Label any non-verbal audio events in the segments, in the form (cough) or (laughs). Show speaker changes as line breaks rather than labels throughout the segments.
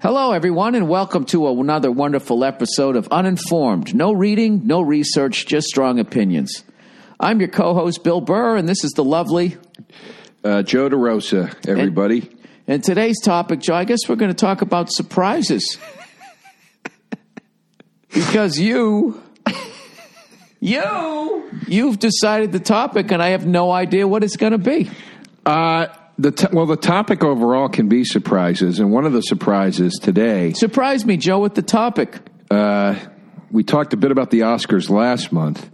Hello, everyone, and welcome to another wonderful episode of Uninformed. No reading, no research, just strong opinions. I'm your co host, Bill Burr, and this is the lovely.
Uh, Joe DeRosa, everybody.
And today's topic, Joe, I guess we're going to talk about surprises. (laughs) because you. You. You've decided the topic, and I have no idea what it's going to be.
uh, the t- well, the topic overall can be surprises, and one of the surprises today,
Surprise me, Joe, with the topic.
uh, we talked a bit about the Oscars last month,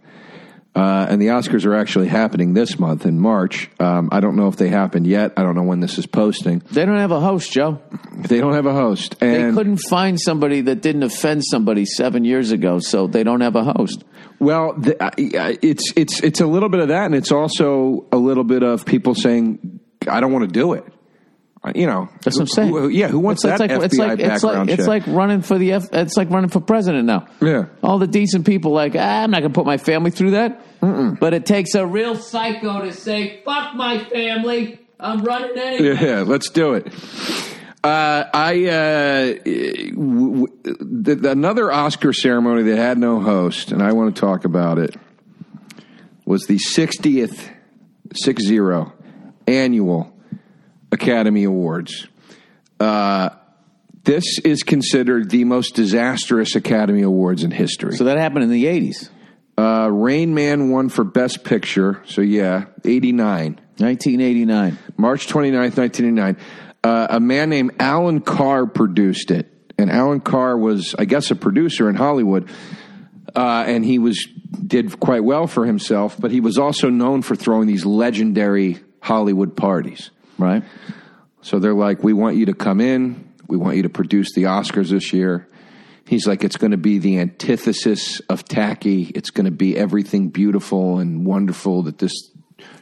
uh, and the Oscars are actually happening this month in March. Um, I don't know if they happened yet. I don't know when this is posting.
They don't have a host, Joe.
They don't have a host,
They
and
couldn't find somebody that didn't offend somebody seven years ago, so they don't have a host.
Well, the, I, I- it's it's it's a little bit of that, and it's also a little bit of people saying, "I don't want to do it." I- You know,
That's what I'm saying.
Who- who- yeah, who wants
it's,
that
it's like,
FBI
it's like,
background
it's
check?
like running for the F, it's like running for president now.
Yeah.
all the decent people like ah, I'm not going to put my family through that. But it takes a real psycho to say fuck my family. I'm running anyway.
yeah, let's do it. Uh, I uh, w- w- the, the- another Oscar ceremony that had no host, and I want to talk about it. Was the 60th six zero annual Academy Awards? Uh, this is considered the most disastrous Academy Awards in history.
So that happened in the 80s,
Uh, Rain Man won for Best Picture, so yeah, eighty nine.
1989.
March 29th, 1989. Uh, a man named Alan Carr produced it. And Alan Carr was, I guess, a producer in Hollywood. Uh, and he was did quite well for himself, but he was also known for throwing these legendary Hollywood parties.
Right.
So they're like, we want you to come in. We want you to produce the Oscars this year. He's like, it's going to be the antithesis of tacky. It's going to be everything beautiful and wonderful that this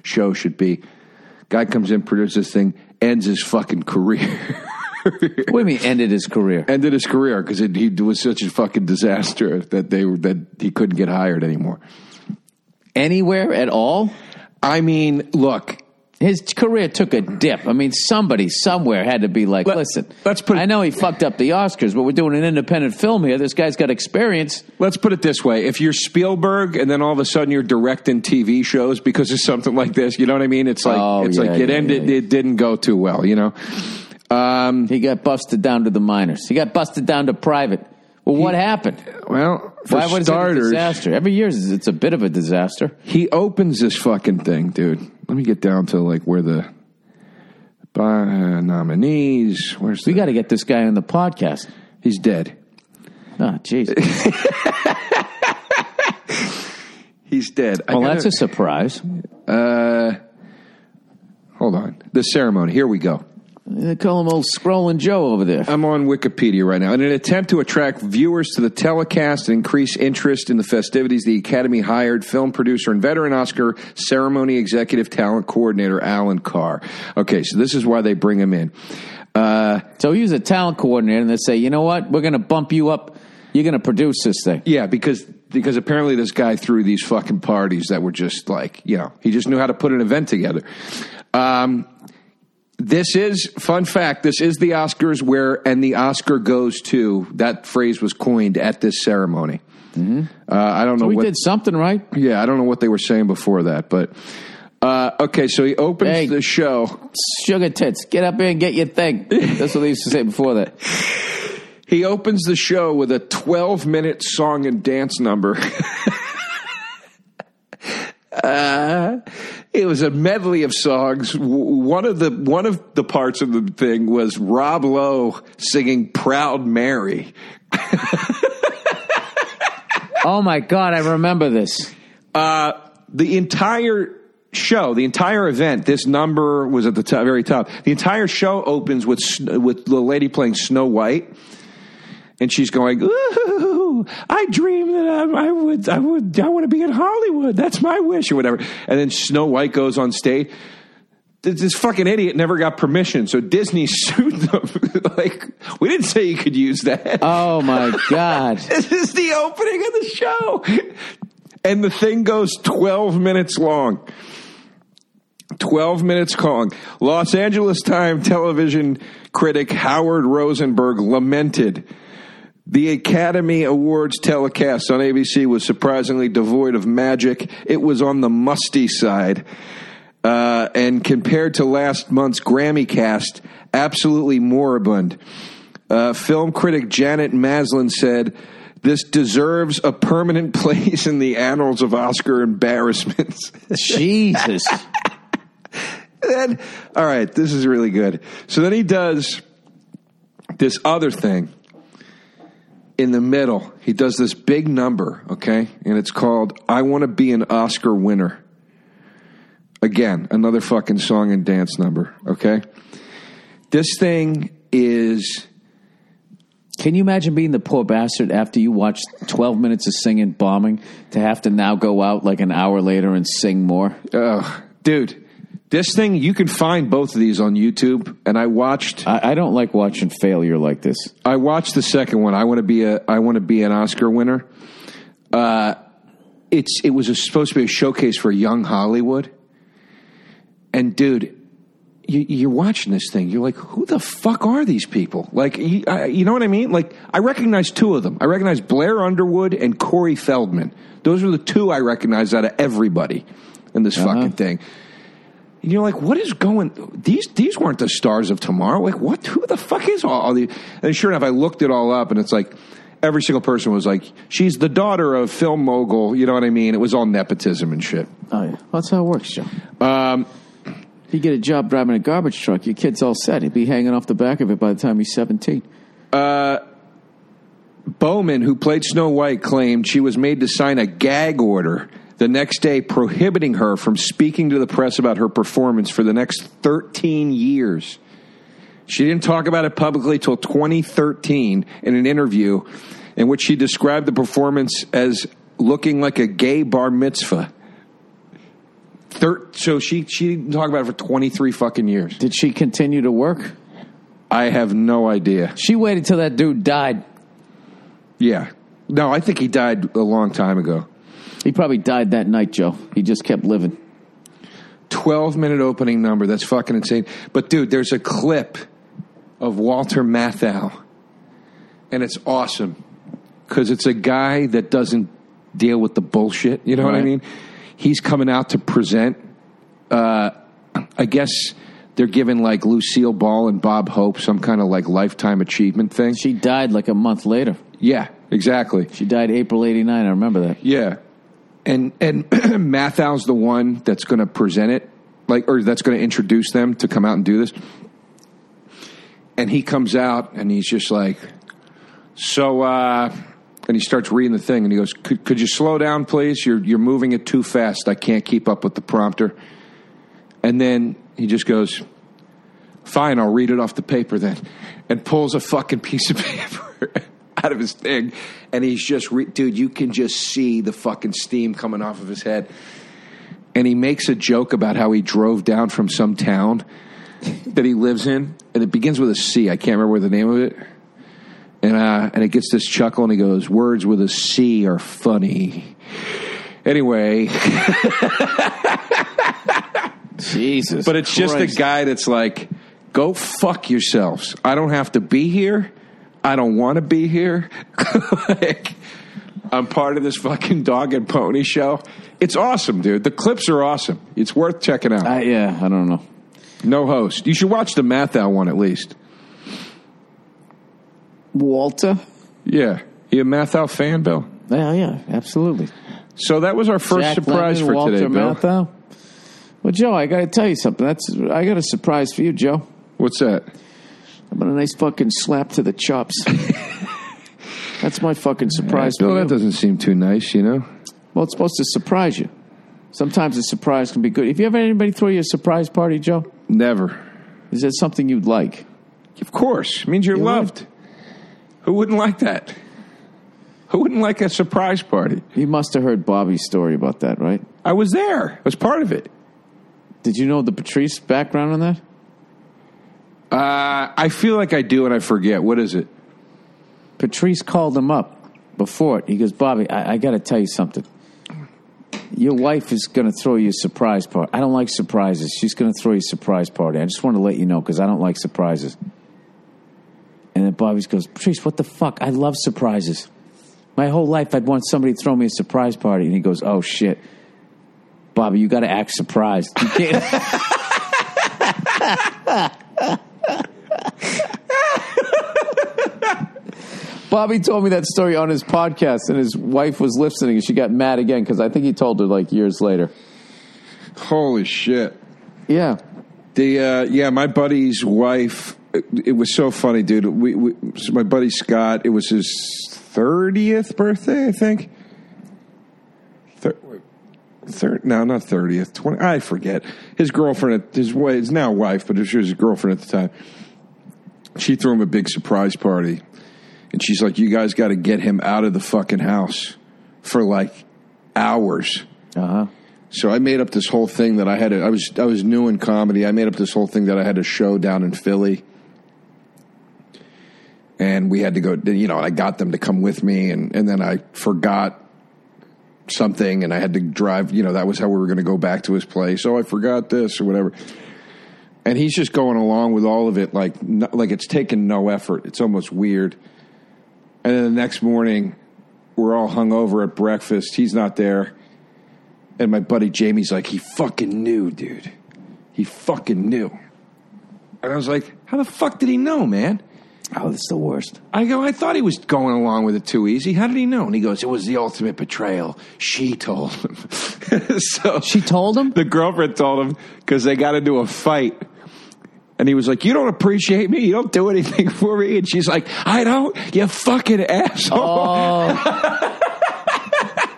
show should be. Guy comes in, produces this thing, ends his fucking career. (laughs)
What do you mean ended his career?
ended his career because he was such a fucking disaster that they were, that he couldn't get hired anymore.
Anywhere at all?
I mean, look,
His career took a dip. I mean, somebody somewhere had to be like,
Let-
listen,
let's put it-
I know he fucked up the Oscars, but we're doing an independent film here. This guy's got experience.
Let's put it this way: if you're Spielberg and then all of a sudden you're directing TV shows because of something like this, you know what I mean? It's like
Oh,
it's
yeah,
like it
yeah,
ended,
yeah.
it didn't go too well, you know. Um,
He got busted down to the minors. He got busted down to private. Well, what happened?
well, for
was it a
starters,
disaster? Every year is- it's a bit of a disaster.
he opens this fucking thing, dude. Let me get down to like where the uh, nominees. Where's
We
the,
got to get this guy on the podcast.
he's dead.
Oh, jeez.
He's dead. (laughs) I
Well,
gotta-
that's a surprise.
hold on. The ceremony. Here we go.
They call him old Scrolling Joe over there.
I'm on Wikipedia right now. In an attempt to attract viewers to the telecast and increase interest in the festivities, the Academy hired film producer and veteran Oscar ceremony executive talent coordinator Alan Carr. Okay, so this is why they bring him in. Uh,
So he's a talent coordinator, and they say, you know what? We're going to bump you up. You're going to produce this thing.
yeah, because because apparently this guy threw these fucking parties that were just like you know he just knew how to put an event together. Um, this is fun fact. This is the Oscars where and the Oscar goes to. That phrase was coined at this ceremony. Uh, I don't know
We
what
did something right.
Yeah, I don't know what they were saying before that, but uh, okay. So he opens
Hey.
the show.
Sugar tits, get up here and get your thing. That's what they used to say before that.
He opens the show with a 12 minute song and dance number. (laughs) Uh, it was a medley of songs. W- One of the one of the parts of the thing was Rob Lowe singing "Proud Mary."
Oh my God, I remember this.
Uh, the entire show, the entire event, this number was at the top, very top. The entire show opens with Sn- with the lady playing Snow White, and she's going, "Ooh, I dream that I, I would, I would, I want to be in Hollywood. That's my wish, or whatever." And then Snow White goes on stage. This, this fucking idiot never got permission, so Disney (laughs) sued them. like, we didn't say you could use that
Oh my God.
(laughs) this is the opening of the show. And the thing goes 12 minutes long. 12 minutes long. Los Angeles Time television critic Howard Rosenberg lamented. The Academy Awards telecast on ABC was surprisingly devoid of magic. It was on the musty side. Uh, and compared to last month's Grammy cast, absolutely moribund. Uh, film critic Janet Maslin said, This deserves a permanent (laughs) place in the annals of Oscar embarrassments. (laughs)
Jesus.
then, all right, this is really good. So then he does this other thing in the middle. He does this big number, okay? And it's called I Want to Be an Oscar Winner. Again, another fucking song and dance number, okay? This thing is
Can you imagine being the poor bastard after you watched 12 minutes of singing bombing to have to now go out like an hour later and sing more?
Ugh, dude, this thing you can find both of these on YouTube. And I watched,
I, I don't like watching failure like this.
I watched the second one. I want to be a, I want to be an Oscar winner. Uh, it's it was a, supposed to be a showcase for young Hollywood. And dude, you, you're watching this thing. You're like, who the fuck are these people? Like, you, I, you know what I mean? Like, I recognize two of them. I recognize Blair Underwood and Corey Feldman. Those are the two I recognize out of everybody in this fucking thing. And you're like, what is going? These these weren't the stars of tomorrow. Like, what? Who the fuck is all, all these? And sure enough, I looked it all up, and it's like every single person was like, she's the daughter of film mogul. You know what I mean? It was all nepotism and shit.
Oh, yeah. That's how it works, Joe. Um, if you get a job driving a garbage truck, your kid's all set. He'd be hanging off the back of it by the time he's 17.
Bowman, who played Snow White, claimed she was made to sign a gag order the next day prohibiting her from speaking to the press about her performance for the next 13 years. She didn't talk about it publicly till 2013 in an interview in which she described the performance as looking like a gay bar mitzvah. Thir- so she, she didn't talk about it for 23 fucking years.
Did she continue to work?
I have no idea.
She waited till that dude died.
Yeah. No, I think he died a long time ago.
He probably died that night, Joe. He just kept living.
12 minute opening number. That's fucking insane. But dude, there's a clip of Walter Matthau, and it's awesome because it's a guy that doesn't deal with the bullshit. You know what I
Right.
mean? He's coming out to present. Uh, I guess they're giving like Lucille Ball and Bob Hope some kind of like lifetime achievement thing.
She died like a month later.
Yeah, exactly.
She died April 89. I remember that.
Yeah, and and (clears throat) Mathau's the one that's going to present it, like or that's going to introduce them to come out and do this. And he comes out and he's just like, so, uh, and he starts reading the thing and he goes, could, could you slow down, please? You're you're moving it too fast. I can't keep up with the prompter. And then he just goes, fine, I'll read it off the paper then, and pulls a fucking piece of (laughs) paper out of his thing, and he's just, re- dude, you can just see the fucking steam coming off of his head, and he makes a joke about how he drove down from some town that he lives in, and it begins with a C. I can't remember the name of it. And uh, and it gets this chuckle, and he goes, "Words with a C are funny." Anyway, (laughs)
Jesus.
But it's just a
Christ.
guy that's like, go fuck yourselves. I don't have to be here. I don't want to be here. (laughs) like, I'm part of this fucking dog and pony show. It's awesome, dude. The clips are awesome. It's worth checking out.
I, yeah, I don't know.
no host. You should watch the Mathau one at least.
Walter?
Yeah. You a Mathau fan, Bill?
Yeah, yeah, absolutely.
So that was our first
Jack
surprise
Lemmon,
for
Walter
today, Bill.
Matthau. Well, Joe, I got to tell you something. That's I got a surprise for you, Joe.
What's that?
I'm gonna nice fucking slap to the
(laughs)
chops. That's my fucking surprise.
Bill,
for
that
you.
doesn't seem too nice, you know?
Well, it's supposed to surprise you. Sometimes a surprise can be good. If you ever had anybody throw you a surprise party, Joe,
Never.
is that something you'd like?
Of course. It means you're
You
loved. Who wouldn't like that? Who wouldn't like a surprise party?
You must have heard Bobby's story about that, right?
I was there. I was part of it.
Did you know the Patrice background on that?
Uh, I feel like I do and I forget. What is it?
Patrice called him up before it. He goes, Bobby, I, I got to tell you something. Your wife is going to throw you a surprise party. I don't like surprises. She's going to throw you a surprise party. I just want to let you know because I don't like surprises. And then Bobby goes, Patrice, what the fuck? I love surprises. My whole life, I'd want somebody to throw me a surprise party. And he goes, oh shit. Bobby, you got to act surprised. You can't. Bobby told me that story on his podcast, and his wife was listening, and she got mad again because I think he told her like years later.
Holy shit.
Yeah.
The uh, yeah, my buddy's wife. It, it was so funny, dude. We, we so my buddy Scott. It was his thirtieth birthday, I think. Thir- thir- no, not thirtieth. Twenty. I forget. His girlfriend, at- his wife, his now wife, but she was his girlfriend at the time. She threw him a big surprise party, and she's like, "You guys got to get him out of the fucking house for like hours."
Uh huh.
So I made up this whole thing that I had. A, I was I was new in comedy. I made up this whole thing that I had a show down in Philly, and we had to go. You know, I got them to come with me, and and then I forgot something, and I had to drive. You know, that was how we were going to go back to his place. Oh, I forgot this or whatever. And he's just going along with all of it, like n- like it's taken no effort. It's almost weird. And then the next morning, we're all hung over at breakfast. He's not there. And my buddy Jamie's like, he fucking knew, dude. He fucking knew. And I was like, how the fuck did he know, man?
Oh, this is the worst.
I go, I thought he was going along with it too easy. How did he know? And he goes, it was the ultimate betrayal. She told him. (laughs) so
She told him?
the girlfriend told him because they got into a fight. And he was like, You don't appreciate me. You don't do anything (laughs) for me. And she's like, I don't. You fucking asshole.
Oh.
(laughs)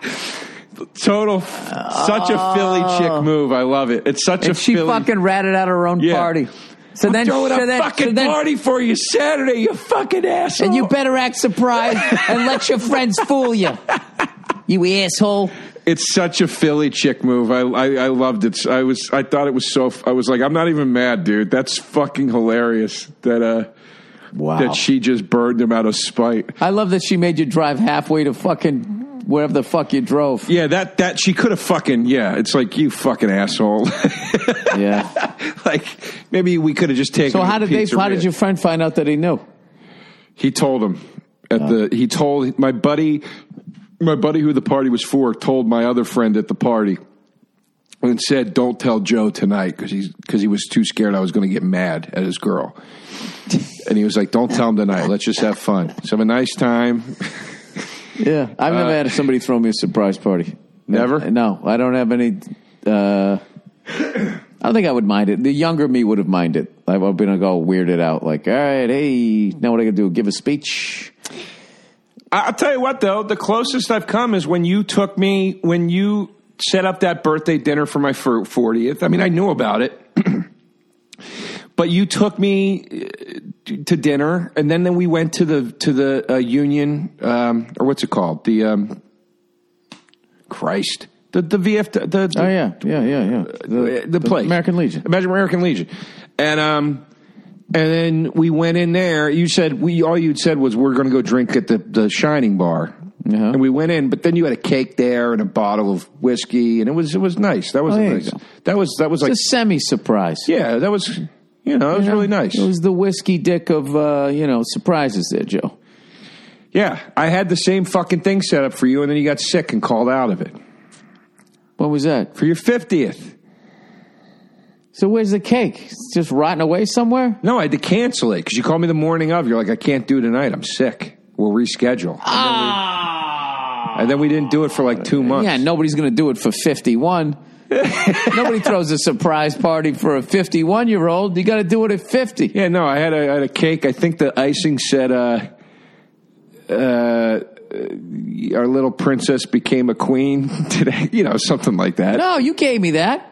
Total, f- such a Philly chick move. I love it. It's such a
Oh. And she
Philly.
fucking ratted out her own
Yeah.
party. So
I'm
then,
throwing
so
a
then,
fucking
so then,
party for you Saturday. You fucking asshole.
and you better act surprised and let your friends fool you. You asshole.
It's such a Philly chick move. I, I I loved it. I was I thought it was so. f- I was like, I'm not even mad, dude. That's fucking hilarious. That uh,
Wow.
that she just burned him out of spite.
I love that she made you drive halfway to fucking wherever the fuck you drove.
Yeah, that that she could have fucking yeah. It's like you fucking asshole. (laughs)
Yeah.
like maybe we could have just taken.
So
him
how
to
did they? How
pizzeria.
did your friend find out that he knew?
He told him at the.
Oh.
He told my buddy, my buddy who the party was for, told my other friend at the party, and said, "Don't tell Joe tonight because he's because he was too scared I was going to get mad at
(laughs)
his girl." and he was like, "Don't tell him tonight. Let's just have fun. Let's have a nice time." (laughs)
Yeah, I've never had somebody throw me a surprise party.
Uh,
Uh,
Never?
No, I don't have any. Uh, I don't think I would mind it. The younger me would have minded. I would have been like all weirded out. Like, all right, hey, now what I gonna do? Give a speech?
I- I'll tell you what, though, the closest I've come is when you took me when you set up that birthday dinner for my fortieth. I mean, I knew about it, (clears throat) but you took me uh, to dinner, and then then we went to the to the uh, union um, or what's it called? The um, Christ, the the VF, the, the
Oh yeah, yeah, yeah, yeah.
the, place,
American Legion.
Imagine American Legion, and um, and then we went in there. You said we all you'd said was we're going to go drink at the the Shining Bar,
Uh-huh.
and we went in. But then you had a cake there and a bottle of whiskey, and it was it was nice. That was
Oh, there you
nice.
go.
That was that was like
It's a semi surprise.
yeah, that was you know it was really nice.
It was the whiskey dick of uh, you know surprises there, Joe.
yeah, I had the same fucking thing set up for you, and then you got sick and called out of it
What was that?
for your fiftieth.
So where's the cake? It's just rotting away somewhere.
No, I had to cancel it because you called me the morning of. You're like, I can't do tonight. I'm sick. We'll reschedule. And then we didn't do it for like two months.
Yeah, nobody's going to do it for
(laughs)
51. Nobody throws a surprise party for a 51 year old. You got to do it at 50.
Yeah, no, I had a, I had a cake. I think the icing said, uh, uh, our little princess became a queen (laughs) today, you know, something like that.
No, you gave me that.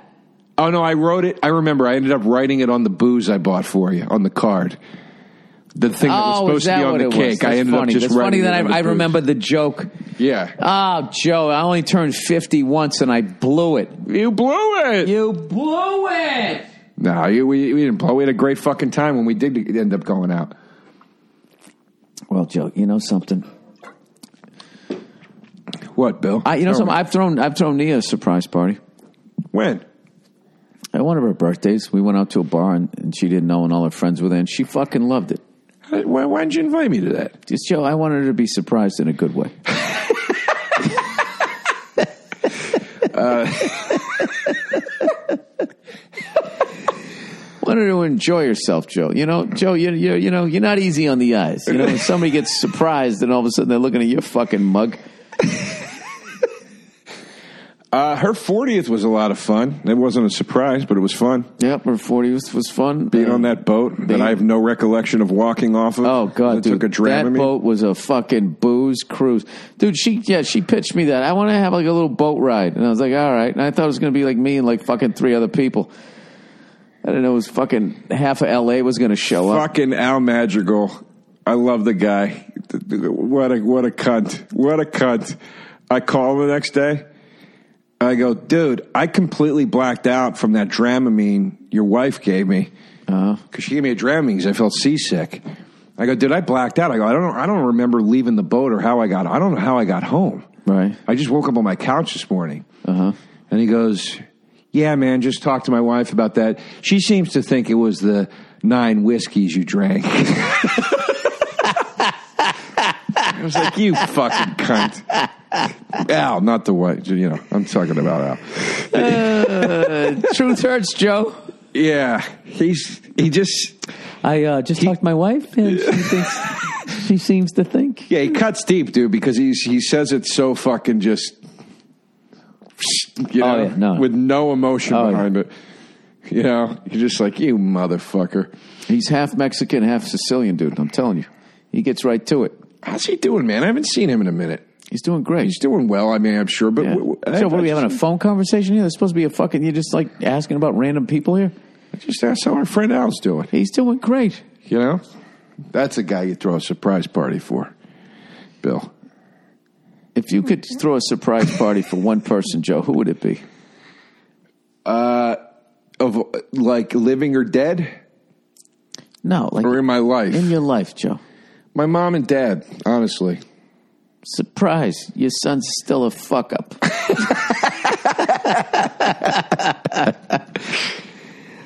Oh, no, I wrote it. I remember I ended up writing it on the booze I bought for you on the card. The thing that was
Oh, is
supposed to
that
be on
what
the
it
cake.
was?
I
That's
ended
funny.
up just
That's funny
writing
that
it on the
I, I
booze.
remember the joke.
Yeah.
Oh, Joe, I only turned 50 once and I blew it.
you blew it.
You blew it.
No, you, we, we didn't blow. We had a great fucking time when we did end up going out.
Well, Joe, you know something?
What, Bill?
I, you know
Oh,
something? I've thrown I've thrown Nia a surprise party.
When?
At one of her birthdays, we went out to a bar and, and she didn't know and all her friends were there and she fucking loved it.
Why, why didn't you invite me to that?
Just Joe, I wanted her to be surprised in a good way. wanted her to enjoy herself, Joe. You know, Joe, you you you know, you're not easy on the eyes. You know, when somebody gets surprised and all of a sudden they're looking at your fucking mug.
Uh, her 40th was a lot of fun. It wasn't a surprise, but it was fun.
Yep, her 40 was, was fun. Um,
Being on that boat that I have no recollection of walking off of.
Oh god,
that
dude,
took a dram
that
of me.
boat was a fucking booze cruise, dude. She yeah, she pitched me that I want to have like a little boat ride, and I was like, all right. And I thought it was gonna be like me and like fucking three other people. I didn't know it was fucking half of L.A. was gonna show up.
Fucking Al Madrigal. I love the guy. What a what a cunt. What a cunt. I call him the next day. I go, dude, I completely blacked out from that Dramamine your wife gave me
Uh-huh.
because she gave me a Dramamine because I felt seasick. I go, dude, I blacked out. I go, I don't know, I don't remember leaving the boat or how I got. I don't know how I got home. (laughs)
Right.
I just woke up on my couch this morning. And he goes, Yeah, man, just talked to my wife about that. She seems to think it was the nine whiskeys you drank. (laughs) I was like, You fucking cunt. Al, not the white. You know, I'm talking about Al.
Truth hurts, Joe.
Yeah, he's he just
I uh, just talked to my wife, and
(laughs)
she thinks she seems to think.
yeah he cuts deep, dude, because he's he says it so fucking just you
Oh,
know
yeah, no.
with no emotion
Oh, yeah.
behind it. You know, you're just like you motherfucker.
He's half Mexican, half Sicilian, dude. I'm telling you, he gets right to it.
How's he doing, man? I haven't seen him in a minute.
He's doing great.
He's doing well. I mean, I'm sure, but
Yeah.
w- w- I-
Joe, what are we
I
having a phone conversation here? There's supposed to be a fucking. You're just like asking about random people here.
just, just ask how our friend Al's doing.
He's doing great.
You know, that's a guy you throw a surprise party for, Bill.
If you could throw a surprise party for one person, Joe, who would it be?
Of uh, like living or dead
No, like
or in my life,
in your life, Joe.
my mom and dad. Honestly,
Surprise! Your son's still a fuck up.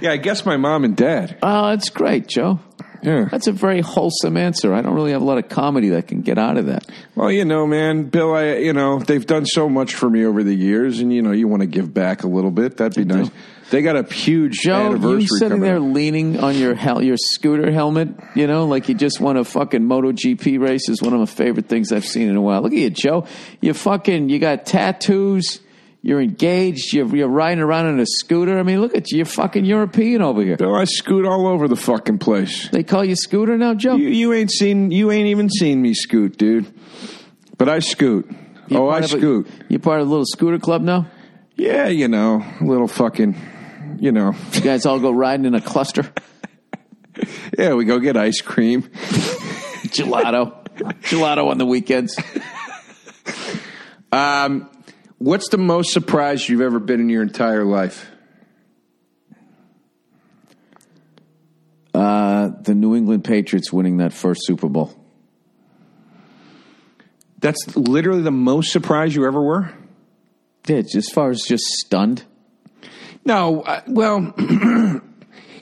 yeah, I guess my mom and dad.
Oh, that's great, Joe.
Yeah.
That's a very wholesome answer. I don't really have a lot of comedy that can get out of that.
Well, you know, man, Bill. I, you know, they've done so much for me over the years, and you know, you want to give back a little bit. That'd be nice. They got a huge
Joe,
anniversary
you sitting
coming
there
up.
leaning on your hel- your scooter helmet, you know, like you just won a fucking MotoGP race is one of my favorite things I've seen in a while. Look at you, Joe. You fucking you got tattoos. You're engaged. You're, you're riding around on a scooter. I mean, look at you. You're fucking European over here.
Bill, I scoot all over the fucking place.
They call you scooter now, Joe.
You, you ain't seen you ain't even seen me scoot, dude. But I scoot.
You're
oh, I
part of a-
scoot.
You're part of the little scooter club now.
yeah, you know, little fucking, you know.
You guys all go riding in a cluster,
Yeah, we go get ice cream.
gelato, gelato on the weekends.
Um, what's the most surprised you've ever been in your entire life?
Uh, the New England Patriots winning that first Super Bowl.
That's literally the most surprised you ever were.
Yeah, as far as just stunned.
No, uh, well, (clears throat)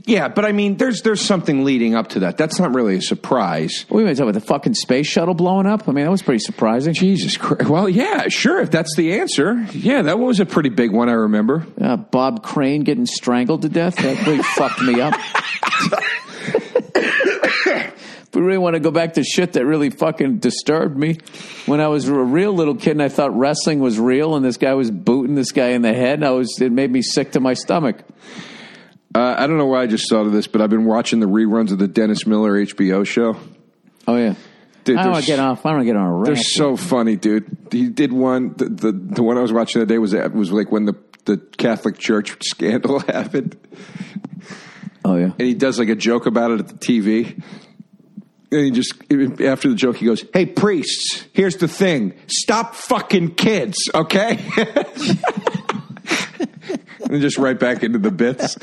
yeah, but I mean, there's there's something leading up to that. That's not really a surprise.
What are we going to talk about? The fucking space shuttle blowing up? I mean, that was pretty surprising.
Jesus Christ. Well, yeah, sure. If that's the answer, yeah, that was a pretty big one. I remember.
Uh, Bob Crane getting strangled to death? That really (laughs) fucked me up. we really want to go back to shit that really fucking disturbed me. When I was a real little kid and I thought wrestling was real and this guy was booting this guy in the head, and I was, it made me sick to my stomach.
Uh, I don't know why I just thought of this, but I've been watching the reruns of the Dennis Miller HBO show.
Oh, yeah.
Dude,
I don't want
there's-
to get off. I don't get on a
They're
rant.
so funny, dude. He did one. The, the the one I was watching the other day was was like when the the Catholic Church (laughs) scandal happened,
Oh, yeah.
and he does like a joke about it at the TV. And he just after the joke, he goes, "Hey priests, here's the thing: stop fucking kids, okay?" (laughs) and just right back into the bits.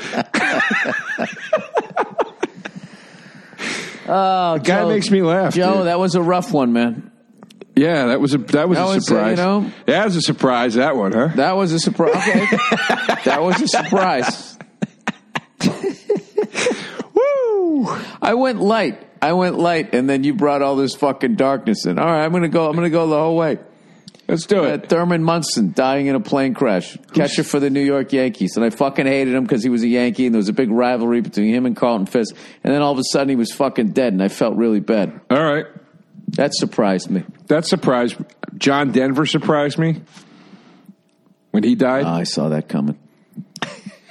Oh,
Guy makes me laugh.
Joe,
(laughs) dude.
that was a rough one, man.
Yeah, that was a that was
That
a
was a,
surprise.
you know-
that was a surprise. That one, huh?
That was a surprise. Okay. that was a surprise.
Woo!
I went light. I went light, and then you brought all this fucking darkness in. All right, I'm gonna go. I'm gonna go the whole way.
Let's do
Uh,
it.
Thurman Munson dying in a plane crash, catcher for the New York Yankees, and I fucking hated him because he was a Yankee, and there was a big rivalry between him and Carlton Fisk. And then all of a sudden, he was fucking dead, and I felt really bad.
All right.
That surprised me.
That surprised John Denver surprised me when he died.
Oh, I saw that coming.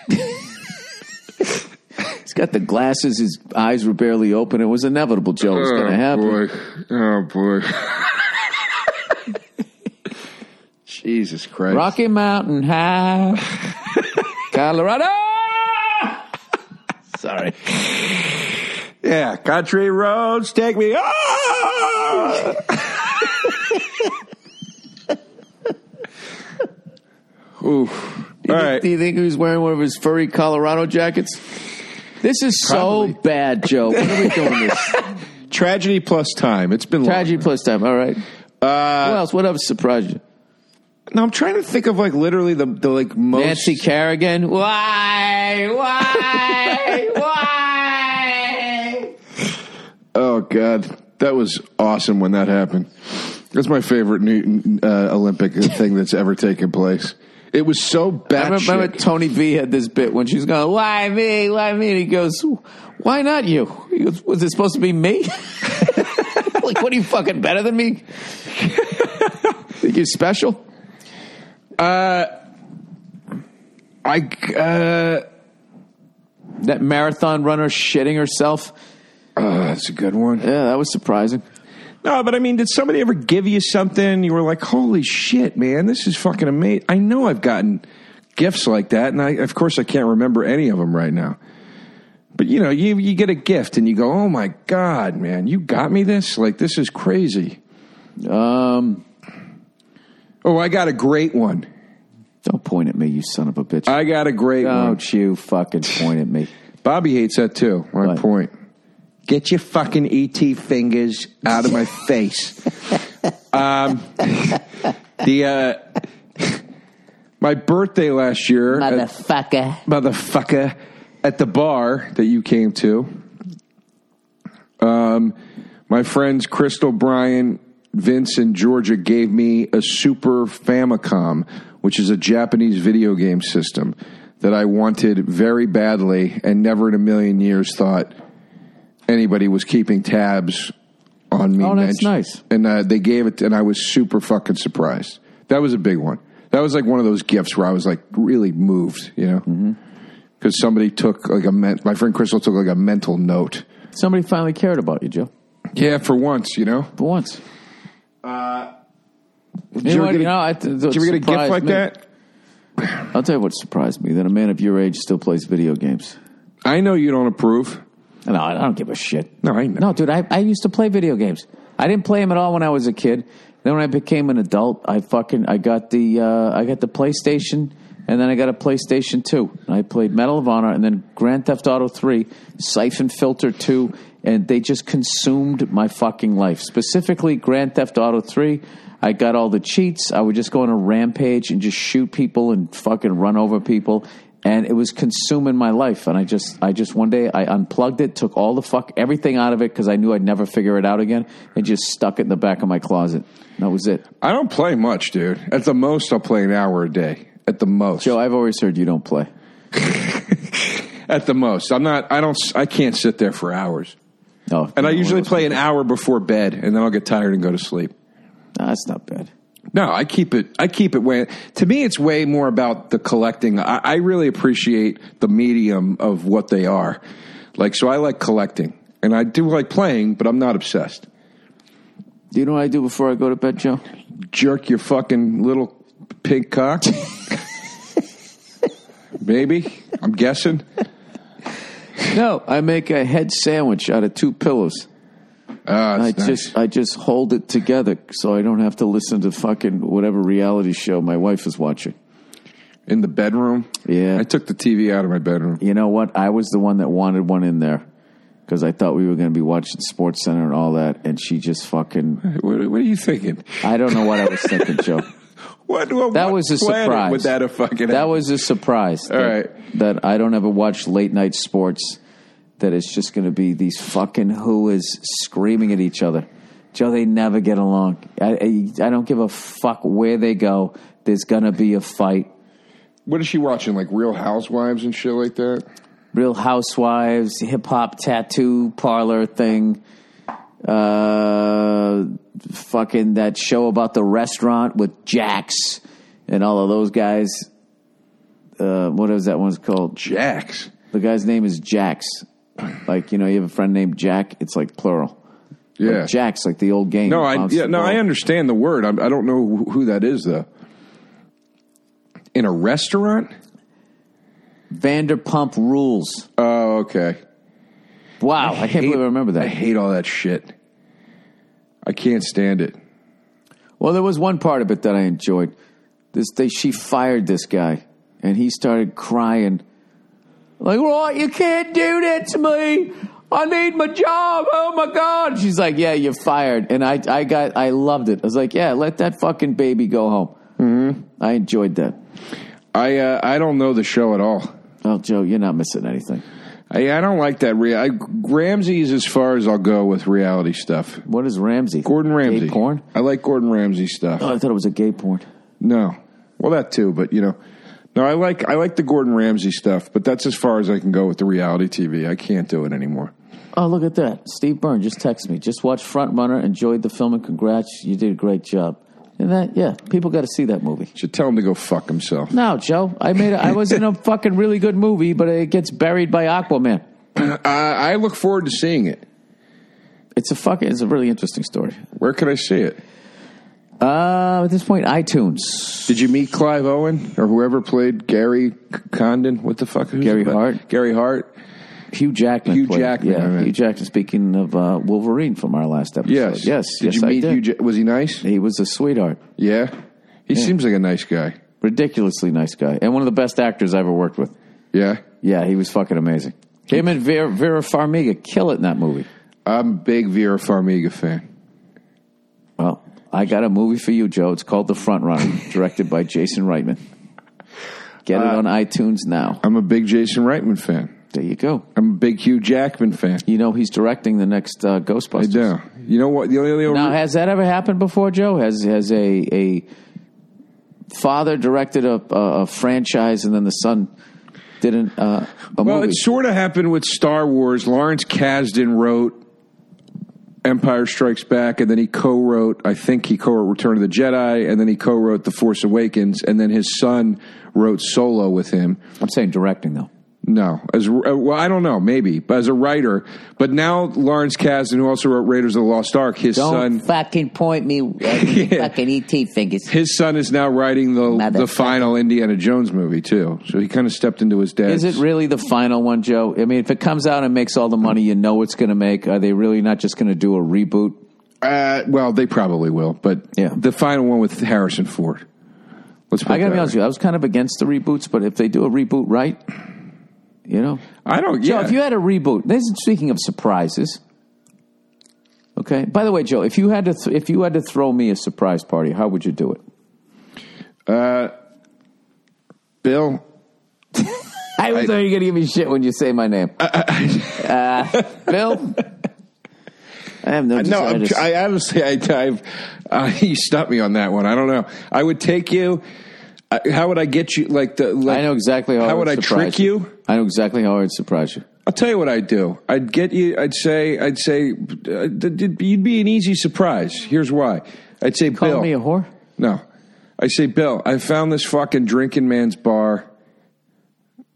He's got the glasses. His eyes were barely open. It was inevitable. Joe was going to happen.
Oh, boy. Oh boy. Oh, (laughs) Jesus Christ.
Rocky Mountain High, Colorado. Sorry.
Yeah, country roads take me. Ah! (laughs) Oof. All right.
Do you think he was wearing one of his furry Colorado jackets? This is
Probably.
so bad, Joe. What are we doing
(laughs)
this?
Tragedy plus time. It's been
Tragedy plus time. All right. Uh, Who else? What else surprised you?
long. No, I'm trying to think of like literally the, the like most
Nancy Kerrigan. Why?
(laughs)
Why? Why?
Oh God, that was awesome when that happened. That's my favorite new, uh, Olympic thing that's ever taken place. It was so
I
bad.
remember, remember Tony V had this bit when she's going, "Why me? Why me?" And he goes, "Why not you?" He goes, "Was it supposed to be me? (laughs) like, what are you fucking better than me? Think you're special?"
I uh,
That marathon runner shitting herself.
oh, that's a good one.
Yeah, that was surprising.
No, but I mean, did somebody ever give you something you were like, "Holy shit, man, this is fucking amazing"? I know I've gotten gifts like that, and I, of course, I can't remember any of them right now. But you know, you you get a gift and you go, "Oh my god, man, you got me this! Like this is crazy."
Um,
Oh, I got a great one.
don't point at me, you son of a bitch.
I got a great one.
Don't you fucking point at me.
Bobby hates that too. My
Right.
point. Get your fucking ET fingers out (laughs) of my face. um, the uh, my birthday last year, at-
Motherfucker.
motherfucker, at the bar that you came to. Um, my friends Crystal, Brian, Vince, and Georgia gave me a Super Famicom, which is a Japanese video game system that I wanted very badly, and never in a million years thought anybody was keeping tabs on me.
Oh, that's
mention-
nice.
And uh, they gave it, and I was super fucking surprised. That was a big one. That was like one of those gifts where I was like really moved, you know
Mm-hmm.
because somebody took like a men- my friend Crystal took like a mental note.
Somebody finally cared about you, Joe.
Yeah, for once, you know.
For once.
Did Uh, you ever
Anyway,
get a,
you know, I- th-
did you ever get a gift
surprised
like
me.
that?
I'll tell you what surprised me that a man of your age still plays video games.
I know you don't approve.
No, I don't give a shit.
No, I know.
No, dude, I, I used to play video games. I didn't play them at all when I was a kid. Then when I became an adult, I fucking I got the uh, I got the PlayStation, and then I got a PlayStation Two. And I played Medal of Honor, and then Grand Theft Auto Three, Siphon Filter Two, and they just consumed my fucking life. Specifically, Grand Theft Auto Three. I got all the cheats. I would just go on a rampage and just shoot people and fucking run over people and it was consuming my life and i just i just one day i unplugged it took all the fuck everything out of it because i knew i'd never figure it out again and just stuck it in the back of my closet And that was it
I don't play much, dude. At the most, I'll play an hour a day. At the most,
joe i've always heard you don't play
at the most, I'm not. I don't. s- I can't sit there for hours.
no
And I
Oh, no,
usually
it was-
play an hour before bed, and then I'll get tired and go to sleep.
no, that's not bad
No, I keep it. I keep it way. To me, it's way more about the collecting. I, I really appreciate the medium of what they are. Like, so I like collecting, and I do like playing, but I'm not obsessed.
do you know what i do before i go to bed
(laughs)
joe
Jerk your fucking little pink
(laughs)
cock. Maybe I'm guessing.
no i make a head sandwich out of two pillows
Uh,
I
it's nice.
just I just hold it together so I don't have to listen to fucking whatever reality show my wife is watching.
in the bedroom.
Yeah.
I took the TV out of my bedroom.
You know what? I was the one that wanted one in there because I thought we were going to be watching Sports Center and all that, and she just fucking.
What, what are you thinking?
I don't know what I was thinking, Joe.
What, what
That
what
was a
planet
surprise.
Would that have fucking?
That was a surprise.
All
that,
right.
that I don't ever watch late night sports. that it's just going to be these fucking who is screaming at each other. Joe, they never get along. I, I, I don't give a fuck where they go. There's going to be a fight.
What is she watching? Like Real Housewives and shit like that.
Real Housewives, hip hop tattoo parlor thing, uh, fucking that show about the restaurant with Jax and all of those guys. Uh, what is that one's called?
Jax.
The guy's name is Jax. Like you know, you have a friend named Jack. It's like plural.
Yeah.
Like Jax, like the old game.
No, I
Bounced
yeah,
the
no,
ball.
I understand the word. I'm, I don't know who that is though. In a restaurant?
Vanderpump Rules.
Oh, okay.
Wow, I, can't believe I remember
I
that.
hate all that shit. I can't stand it.
Well, there was one part of it that I enjoyed. This they she fired this guy, and he started crying, like, "What? You can't do that to me." I need my job. Oh my God. She's like, Yeah, you're fired. And I, I got, I loved it. I was like, Yeah, let that fucking baby go home. Mm-hmm. I enjoyed that.
I uh, I don't know the show at all.
Oh, Joe, you're not missing anything.
I, I don't like that. Rea- I, Ramsey's as far as I'll go with reality stuff.
What is Ramsey?
Gordon Ramsay.
Gay porn?
I like Gordon Ramsay stuff.
Oh, I thought it was a gay porn.
No, well that too, but you know, no, I like I like the Gordon Ramsay stuff, but that's as far as I can go with the reality TV. I can't do it anymore.
Oh, look at that. Steve Byrne just texted me. Just watched Front Runner, enjoyed the film, and congrats. You did a great job. And that, yeah, people got to see that movie.
Should tell him to go fuck himself. (clears throat)
No, Joe, I made. A, I was
(laughs)
in a fucking really good movie, but it gets buried by Aquaman.
I, I look forward to seeing it.
It's a fucking. It's a really interesting story.
Where could I see it?
Uh, at this point, iTunes.
Did you meet Clive Owen or whoever played Gary Condon? What the fuck? Who's
Gary
the-
Hart?
Gary Hart.
Hugh Jackman.
Hugh
played-
Jackman,
Yeah,
I mean.
Hugh Jackman. Speaking of uh, Wolverine from our last episode.
Yes.
yes,
Did
yes. I
you meet
did.
Hugh? Ja- was he nice?
He was a sweetheart.
Yeah. He seems like a nice guy.
ridiculously nice guy and one of the best actors I ever worked with.
Yeah.
Yeah, he was fucking amazing. Him and Vera, Vera Farmiga kill it in that movie.
I'm a big Vera Farmiga fan.
Well, I got a movie for you, Joe. It's called The Front Runner,
(laughs)
directed by Jason Reitman. Get
Uh,
it on iTunes now.
I'm a big Jason Reitman fan.
There you go.
I'm a big Hugh Jackman fan.
You know he's directing the next uh,
I
Ghostbusters.
do. You know what? The only, the only
Now, has that ever happened before, Joe? Has has a a father directed a a, a franchise and then the son didn't uh, a
well,
movie?
it sort of happened with Star Wars. Lawrence Kasdan wrote Empire Strikes Back, and then he co-wrote. I think he co-wrote Return of the Jedi, and then he co-wrote The Force Awakens, and then his son wrote Solo with him.
I'm saying directing though.
No, as uh, well, I don't know, maybe but as a writer. But now Lawrence Kasdan, who also wrote Raiders of the Lost Ark, his son,
fucking point
(laughs)
me fucking ET fingers.
his son is now writing the the
Motherfucker.
final Indiana Jones movie too. So he kind of stepped into his dad's.
Is it really the final one, Joe? I mean, if it comes out and makes all the money you know it's going to make, are they really not just going to do a reboot?
Uh, well, they probably will, but
Yeah.
the final one with Harrison Ford. Let's put
I got to
that
be honest with
way.
you, I was kind of against the reboots, but if they do a reboot right, you know.
I don't.
Joe,
Yeah,
if you had a reboot, this is speaking of surprises. Okay. By the way, Joe, if you had to, th- if you had to throw me a surprise party, how would you do it?
Bill.
I was only going to give me shit when you say my
(laughs)
name. Uh, Bill. I have no.
No,
desire
I'm,
to-
I honestly, I, I've uh, (laughs) you stopped me on that one. I don't know. I would take you. I, how would I get you? Like the. Like,
I know exactly how.
How would I
surprise
trick you?
I know exactly how I'd surprise you.
I'll tell you what I'd do. I'd get you. I'd say. I'd say. Uh, th- th- you'd be an easy surprise. Here's why. I'd say,
Call
Bill.
me a whore.
No. I say, Bill. I found this fucking drinking man's bar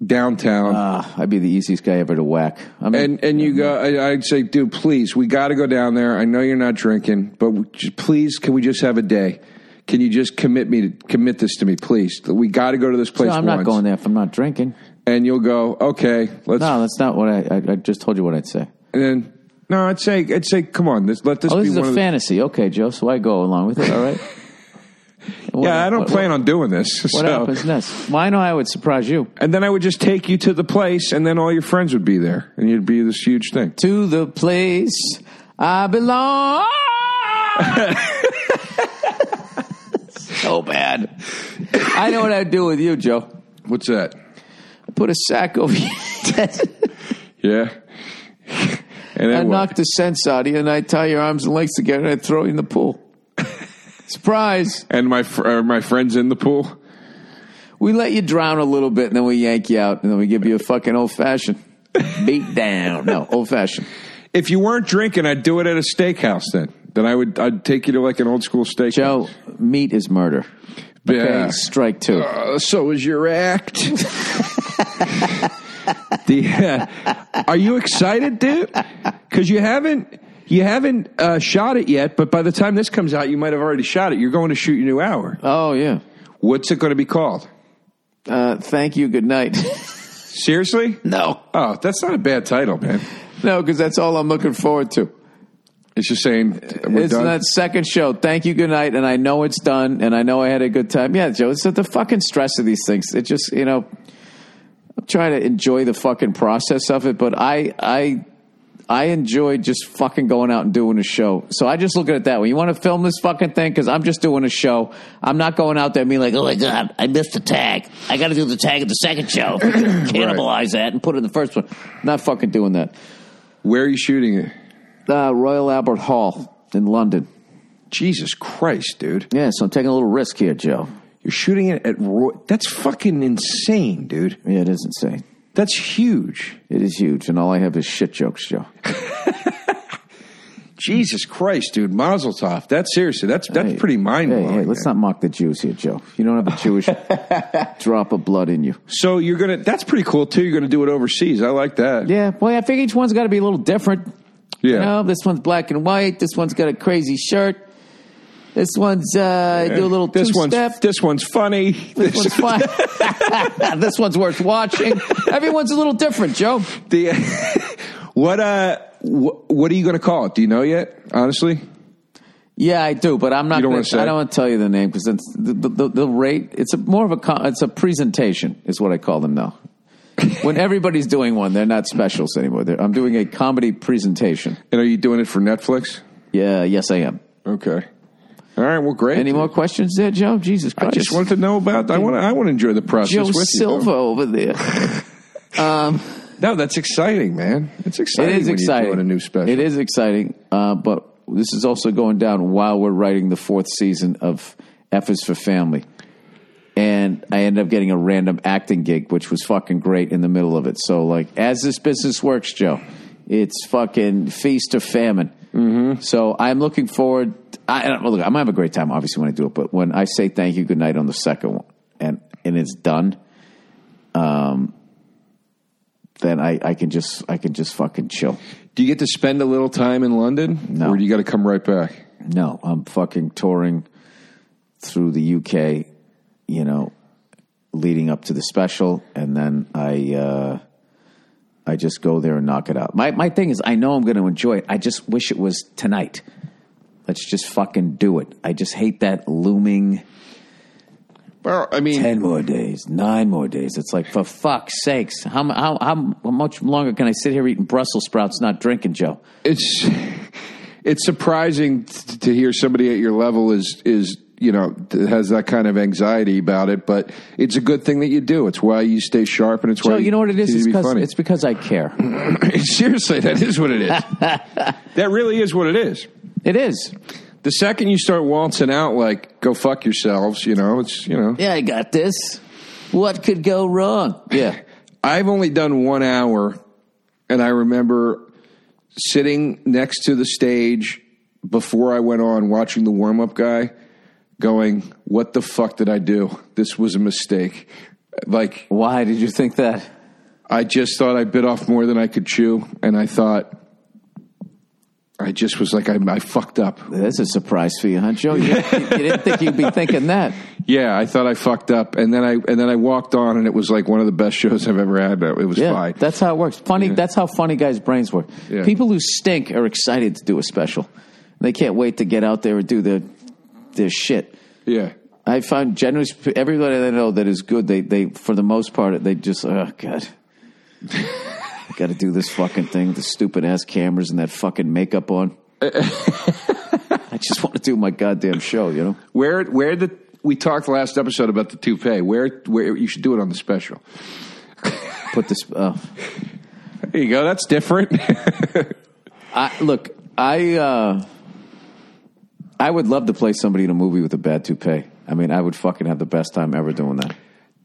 downtown.
Ah, I'd be the easiest guy ever to whack. I mean,
and and you go I, i'd say dude please we got to go down there i know you're not drinking but we- just- please can we just have a day can you just commit me to commit this to me please we got to go to this place
no, I'm
once.
not going there if I'm not drinking.
and you'll go okay let's
No, that's not what I. I, I just told you what I'd say.
and then no i'd say i'd say come on this, let this
Oh,
be
this is
one
a
of
fantasy. Okay, Joe. So I go along with it. All right.
the (laughs) yeah i don't plan on doing this (laughs)
What,
so.
happens next? Well, I know I would surprise you
and then i would just take you to the place and then all your friends would be there and you'd be this huge thing
to the place I
(laughs)
belong. so bad. I know what I'd do with you, Joe.
what's that
Put a sack over your head.
yeah (laughs) And
I
then what?
knock the sense out of you, and I tie your arms and legs together, and I throw you in the pool. Surprise!
And my fr- are my friends in the pool.
We let you drown a little bit, and then we yank you out, and then we give you a fucking old fashioned beat down. No, old fashioned.
If you weren't drinking, I'd do it at a steakhouse. Then, then I would. I'd take you to like an old school steakhouse.
Joe, meat is murder. Okay,
Yeah.
strike two.
Uh, so is your act. (laughs) the, uh, are you excited, dude? Because you haven't you haven't uh, shot it yet. But by the time this comes out, you might have already shot it. You're going to shoot your new hour.
Oh yeah.
What's it going to be called?
Uh, thank you. Good night. (laughs)
Seriously?
no,
Oh, that's not a bad title, man.
no, because that's all I'm looking forward to.
It's just saying uh, we're
it's
done.
that second show. Thank you, good night, and I know it's done, and I know I had a good time. Yeah, Joe, it's the fucking stress of these things. It just you know, I'm trying to enjoy the fucking process of it, but I I I enjoy just fucking going out and doing a show. So I just look at it that way. You want to film this fucking thing because I'm just doing a show. I'm not going out there and being like, oh my god, I missed the tag. I got to do the tag at the second
(clears throat)
show, cannibalize that, and put it in the first one. Not fucking doing that.
Where are you shooting it?
Uh, Royal Albert Hall in London.
Jesus Christ, dude!
Yeah, so I'm taking a little risk here, Joe.
You're shooting it at Roy. That's fucking insane, dude.
Yeah, it is insane.
That's huge.
It is huge, and all I have is shit jokes, Joe.
Jesus Christ, dude, Mazel Tov. That's seriously, that's (laughs) that's
Hey,
pretty mind blowing.
Hey, hey, let's not mock the Jews here, Joe. You don't have a
(laughs)
Jewish drop of blood in you.
So you're gonna that's pretty cool too. You're gonna do it overseas. I like that.
Yeah, boy, I figure each one's got to be a little different.
Yeah.
You know, this one's black and white. This one's got a crazy shirt. This one's uh, do a little
this
two
one's (laughs)
step.
this one's funny. (laughs)
This one's fun. (laughs) this one's worth watching. Everyone's a little different, Joe.
the (laughs) what uh wh- what are you gonna call it? Do you know yet? Honestly,
Yeah, I do, but I'm not.
You don't
gonna,
wanna say?
I don't want to tell you the name because the, the, the, the rate. It's a more of a. con- It's a presentation, is what I call them
(laughs)
now. when everybody's doing one, they're not specials anymore. They're, I'm doing a comedy presentation.
and are you doing it for Netflix?
Yeah, yes, I am.
Okay. All right. Well, great.
Any more questions there, Joe? Jesus
I
Christ!
just wanted to know about. I want. to. I want to enjoy the process
Joe
with you.
Silva over
(laughs)
there.
No, that's exciting, man. It's
It
exciting.
is
when
exciting.
You're doing a new special.
It is exciting, uh, but this is also going down while we're writing the fourth season of F is for Family. And I ended up getting a random acting gig, which was fucking great in the middle of it. So, like, as this business works, Joe, it's fucking feast or famine. Mm-hmm. So I'm looking forward. I, I don't- look, I'm gonna have a great time, obviously, when I do it. But when I say thank you, good night on the second one, and and it's done, then I, I can just I can just fucking chill.
Do you get to spend a little time in London,
No.
or do you got to come right back?
No, I'm fucking touring through the UK, you know, leading up to the special, and then I uh, I just go there and knock it out. My my thing is, I know I'm going to enjoy it. I just wish it was tonight. Let's just fucking do it. I just hate that looming
Well, I mean,
ten more days, nine more days. It's like for fuck's sakes, how mu- how how much longer can I sit here eating Brussels sprouts, not drinking, Joe?
it's it's surprising t- to hear somebody at your level is is you know th- has that kind of anxiety about it but it's a good thing that you do it's why you stay sharp and it's why
Joe, you know what it is?
continue
It's
to be
because it's
funny.
because I care.
(laughs) seriously that is what
(laughs)
it is that really is what it is
It is.
the second you start waltzing out like go fuck yourselves you know it's you know
Yeah, I got this. What could go wrong? Yeah.
I've only done one hour, and I remember sitting next to the stage before I went on, watching the warm up guy, going, "What the fuck did I do? This was a mistake." Like
Why did you think that?
I just thought I bit off more than I could chew, and I thought I just was like, I, I fucked up.
That's a surprise for you, huh, Joe? You, you didn't think you'd be thinking (laughs) that.
Yeah, I thought I fucked up, and then I and then I walked on, and it was like one of the best shows I've ever had. It was
Yeah,
fine.
that's how it works. Funny. That's how funny guys' brains work.
Yeah.
People who stink are excited to do a special. They can't wait to get out there and do their their shit.
yeah.
I found generally sp- everybody that I know that is good. They they for the most part they just oh god, (laughs) got to do this fucking thing. The stupid ass cameras and that fucking makeup on. I just want to do my goddamn show. You know.
Where where the we talked last episode about the toupee. Where where you should do it on the special.
put this. Uh,
(laughs) There you go. That's different.
I, look, I uh, I would love to play somebody in a movie with a bad toupee. I mean, I would fucking have the best time ever doing that.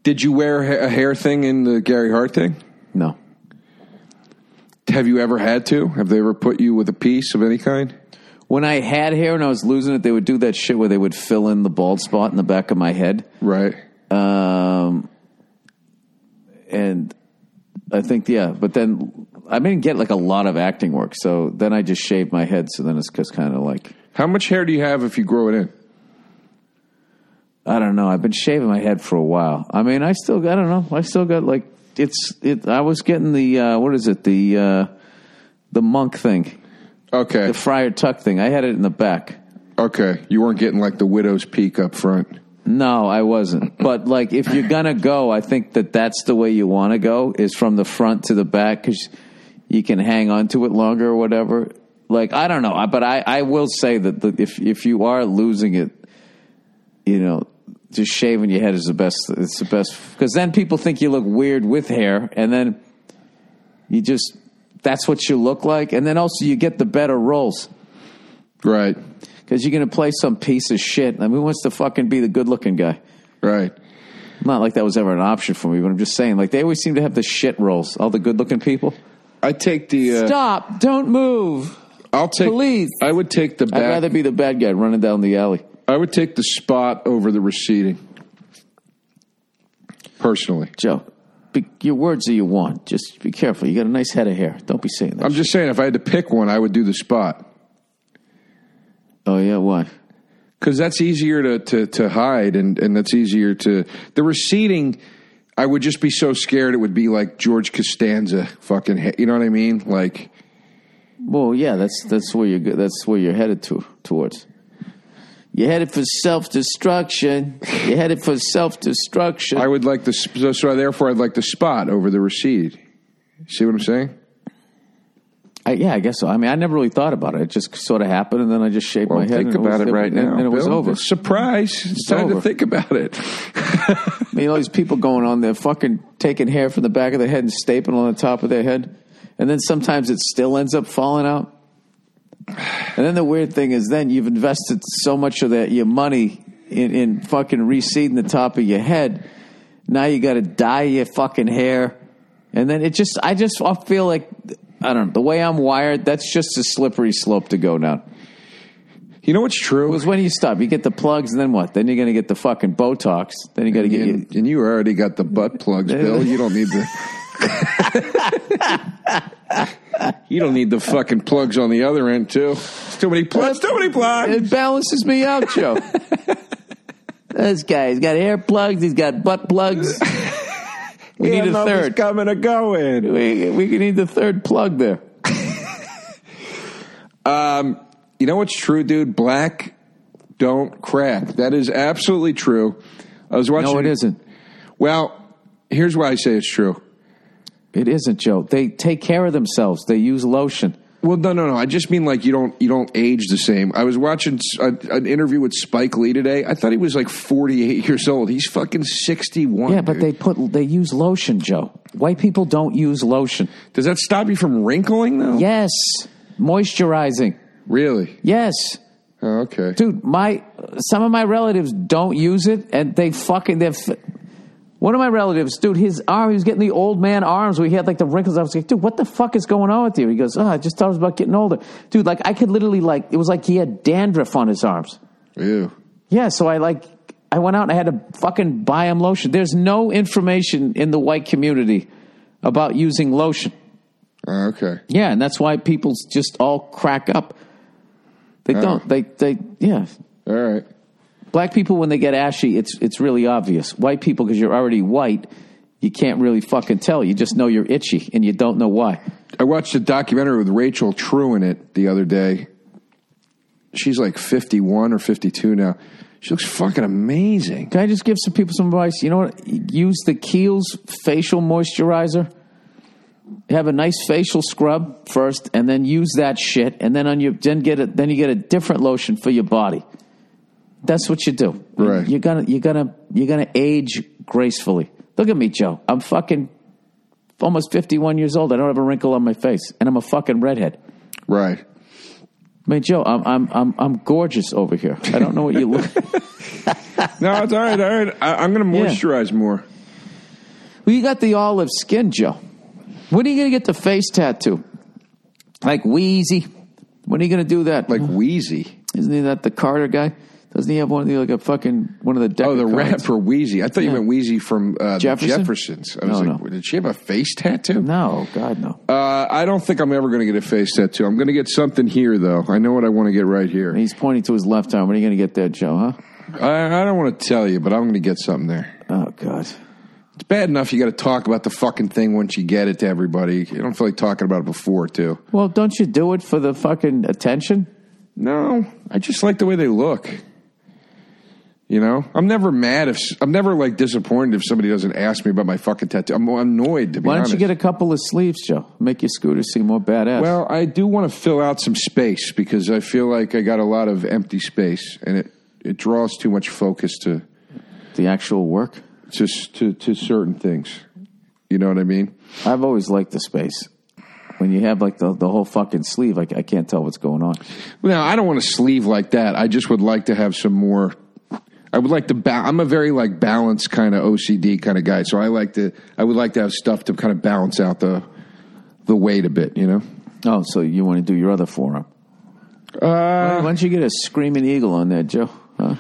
Did you wear a ha- a hair thing in the Gary Hart thing?
No,
Have you ever had to? Have they ever put you with a piece of any kind?
when I had hair and I was losing it, they would do that shit where they would fill in the bald spot in the back of my head.
Right.
Um, and I think yeah, but then I didn't get like a lot of acting work, so then I just shaved my head. So then it's just kind of like
How much hair do you have if you grow it in?
I don't know. I've been shaving my head for a while. I mean, I still I don't know. I still got like it's it. I was getting the uh, what is it the uh, the monk thing,
Okay.
the friar tuck thing. I had it in the back.
Okay. You weren't getting like the widow's peak up front.
No, I wasn't. But like, if you're gonna go, I think that that's the way you want to go is from the front to the back because you can hang on to it longer or whatever. Like, I don't know, I- but I, I will say that the, if if you are losing it, you know, just shaving your head is the best. It's the best because then people think you look weird with hair, and then you just that's what you look like, and then also you get the better roles
Right.
because you're gonna play some piece of shit. I mean, who wants to fucking be the good looking guy?
Right.
Not like that was ever an option for me, but I'm just saying, like they always seem to have the shit rolls, all the good looking people.
I take the. Uh,
Stop! Don't move!
I'll take.
Please.
I would take the back.
I'd rather be the bad guy running down the alley.
I would take the spot over the receding. Personally,
Joe, be, your words are you want. Just be careful. You got a nice head of hair. Don't be saying that.
I'm just saying if I had to pick one, I would do the spot
oh yeah, why?
because that's easier to, to to hide and and that's easier to the receding. I would just be so scared it would be like George Costanza, fucking. he- You know what I mean? Like
Well, yeah, that's that's where you're go- that's where you're headed to towards. You're headed for self destruction. You're headed for self destruction.
I would like the sp- so, so therefore I'd like the spot over the recede. See what I'm saying?
I, yeah, I guess so. I mean, I never really thought about it. It just sort of happened, and then I just shaved my head.
think
and was-
about it right
and-
now.
and it was
Bill.
over.
Surprise! It's, time
over.
to think about it. (laughs)
I mean, all these people going on there fucking taking hair from the back of their head and stapling on the top of their head. And then sometimes it still ends up falling out. And then the weird thing is then you've invested so much of that your money in, in fucking reseeding the top of your head. Now you gotta dye your fucking hair. And then it just I just I feel like I don't know, the way I'm wired, that's just a slippery slope to go down.
You know what's true?
Because when you stop, you get the plugs and then what? Then you're gonna get the fucking Botox. Then you gotta get your
And, and you already got the butt plugs, Bill. You don't need the
You don't need the fucking plugs on the other end too. It's too many plugs. Too many plugs.
It balances me out, Joe. (laughs) this guy's got hair plugs. He's got butt plugs. (laughs) We need a third.
coming and going.
We we could need the third plug there.
You know what's true, dude? Black don't crack. That is absolutely true. I was watching.
No, it isn't.
Well, here's why I say it's true.
It isn't, Joe. They take care of themselves. They use lotion.
Well, no, no, no. I just mean like you don't you don't age the same. I was watching s- a- an interview with Spike Lee today. I thought he was like 48 (laughs) years old. He's fucking 61.
Yeah, but
dude.
they put they use lotion, Joe. White people don't use lotion.
does that stop you from wrinkling though?
Yes, moisturizing.
really.
Yes.
Oh, okay.
dude my some of my relatives don't use it and they fucking they're f- one of my relatives dude his arm he was getting the old man arms where he had like the wrinkles i was like dude what the fuck is going on with you he goes oh i just thought it was about getting older dude like i could literally like it was like he had dandruff on his arms
Ew.
yeah so i like i went out and i had to fucking buy him lotion there's no information in the white community about using lotion
Oh, okay.
yeah, and that's why people just all crack up. They don't. They they yeah.
All right.
Black people when they get ashy, it's it's really obvious. White people because you're already white, you can't really fucking tell. You just know you're itchy and you don't know why.
I watched a documentary with Rachel True in it the other day. She's like 51 or 52 now. She looks fucking amazing.
Can I just give some people some advice? You know what? Use the Kiehl's facial moisturizer. Have a nice facial scrub first, and then use that shit, and then on your then get a then you get a different lotion for your body. That's what you do.
Right.
You're gonna you're gonna you're gonna age gracefully. Look at me, Joe. I'm fucking almost 51 years old. I don't have a wrinkle on my face, and I'm a fucking redhead.
Right.
I mean, Joe, I'm I'm I'm I'm gorgeous over here. I don't know what you look.
No, it's all right. All right. I, I'm going to
Yeah.
moisturize more.
Well, you got the olive skin, Joe. When are you going to get the face tattoo? Like Wheezy? When are you going to do that?
Like Wheezy.
Isn't he that the Carter guy? Doesn't he have one of the like a fucking one of the Decker
Oh, the
cards?
rap for Wheezy. I thought you
Yeah.
meant Wheezy from uh, the
Jefferson?
Jeffersons. I was
No,
like,
no.
did she have a face tattoo?
No, God no.
Uh, I don't think I'm ever going to get a face tattoo. I'm going to get something here, though. I know what I want to get right here.
He's pointing to his left arm. When are you going to get there, Joe? Huh?
I, I don't want to tell you, but I'm going to get something there.
Oh God.
It's bad enough you got to talk about the fucking thing once you get it to everybody. You don't feel like talking about it before, too.
Well, don't you do it for the fucking attention?
No, I just like the way they look. You know, I'm never mad if I'm never like disappointed if somebody doesn't ask me about my fucking tattoo. I'm annoyed to be
Why don't
honest.
you get a couple of sleeves, Joe? Make your scooter seem more badass.
Well, I do want to fill out some space because I feel like I got a lot of empty space, and it, it draws too much focus to
the actual work.
to, to to certain things. You know what I mean?
I've always liked the space. When you have like the, the whole fucking sleeve, I, I can't tell what's going on.
Now, I don't want a sleeve like that. I just would like to have some more. I would like to. Ba- I'm a very like balanced kind of OCD kind of guy, so I like to. I would like to have stuff to kind of balance out the the weight a bit. You know?
Oh, so you want to do your other forearm?
Uh,
Why don't you get a screaming eagle on there, Joe? Huh?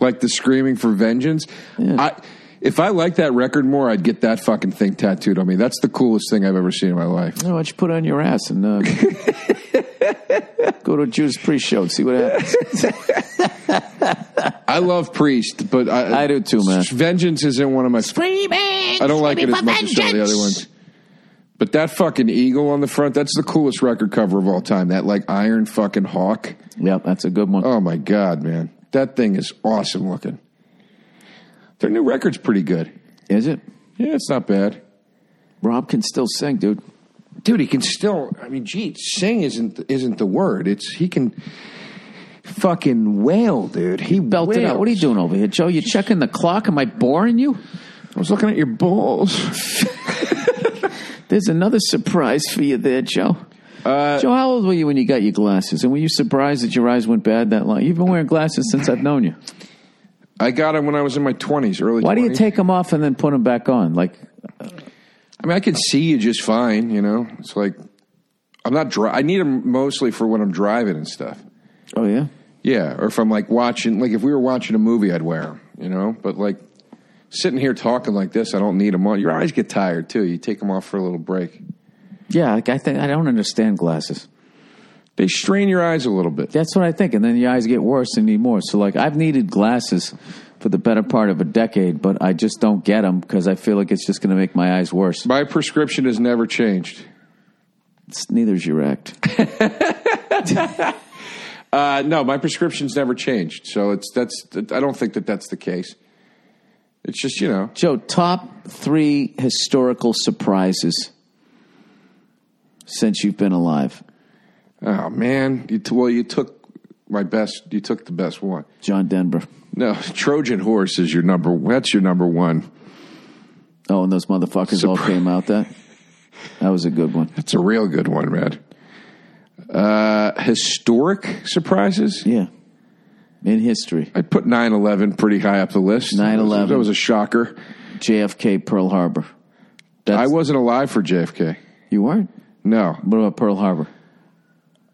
like the screaming for vengeance. I, if I liked that record more, I'd get that fucking thing tattooed on me. That's the coolest thing I've ever seen in my life.
Why don't you put it on your ass and uh, go to Jew's pre-show and see what happens?
I love Priest, but I,
I do too, man.
Vengeance isn't one of my.
Screaming!
I don't like it as much as some of the other ones. But that fucking eagle on the front—that's the coolest record cover of all time. That like iron fucking hawk.
yep, that's a good one.
Oh my god, man, that thing is awesome looking. Their new record's pretty good.
Is it?
Yeah, it's not bad.
Rob can still sing, dude.
dude, he can still. I mean, gee, sing isn't isn't the word. It's he can fucking wail, dude. He
Belt it
wails.
out. What are you doing over here, Joe? You checking the clock? Am I boring you?
I was looking at your balls.
There's another surprise for you there, Joe. Joe, how old were you when you got your glasses? And were you surprised that your eyes went bad that long? You've been wearing glasses since I've known you.
I got him when I was in my twenties, early.
Why do you
20s.
take them off and then put them back on? Like,
I mean, I can see you just fine. You know, it's like I'm not. Dri- I need them mostly for when I'm driving and stuff.
oh yeah,
Yeah, or if I'm like watching, like if we were watching a movie, I'd wear them. You know, but like sitting here talking like this, I don't need them on. Your eyes get tired too. You take them off for a little break.
yeah. Like I think I don't understand glasses.
They strain your eyes a little bit.
That's what I think. And then your eyes get worse and need more. So like I've needed glasses for the better part of a decade, but I just don't get them because I feel like it's just going to make my eyes worse.
My prescription has never changed.
It's neither's your act.
Uh, no, my prescription's never changed. So it's that's. I don't think that that's the case. It's just you know.
(laughs) Joe, top three historical surprises since you've been alive.
Oh man, you t- well you took my best. You took the best one.
John Denver.
No, Trojan horse is your number. That's your number one.
Oh, and those motherfuckers all came out (laughs) that. That was a good one.
That's a real good one, man. Uh, historic surprises.
Yeah. In history.
I put 9-11 pretty high up the list.
9/11.
That was a shocker.
JFK Pearl Harbor.
I
That's,
wasn't alive for JFK.
you weren't?
No, Uh,
What about Pearl Harbor?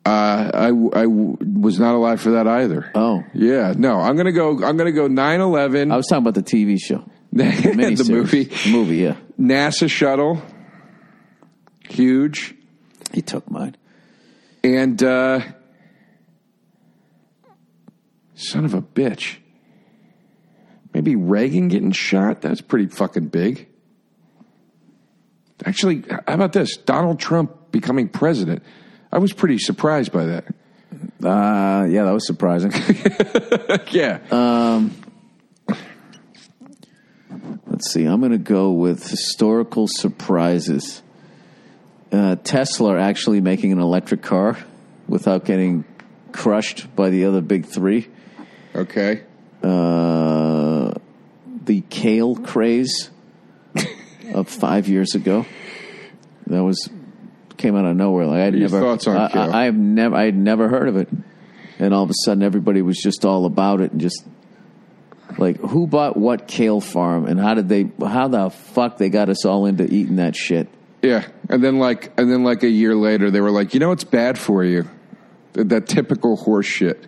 I, I was not alive for that either.
Oh.
Yeah, no, I'm gonna go. I'm gonna go 9/11.
I was talking about the TV (laughs) show.
(laughs) the
Miniseries.
movie,
Movie, yeah.
NASA shuttle, huge,
He took mine.
and uh, son of a bitch. Maybe Reagan getting shot. That's pretty fucking big. Actually, how about this? Donald Trump becoming president. I was pretty surprised by that. (laughs)
Uh, yeah, that was surprising. (laughs)
Yeah.
Uh, Let's see. I'm going to go with historical surprises. Uh, Tesla actually making an electric car without getting crushed by the other big three.
okay.
Uh, the kale craze of five years ago. That was came out of nowhere. Like I
Your
never
thoughts on
I-
Kill?
I, I've never I'd never heard of it, and all of a sudden everybody was just all about it and just like who bought what kale farm and how did they how the fuck they got us all into eating that shit.
Yeah, and then like and then like a year later, they were like, you know, it's bad for you. That, that typical horse shit.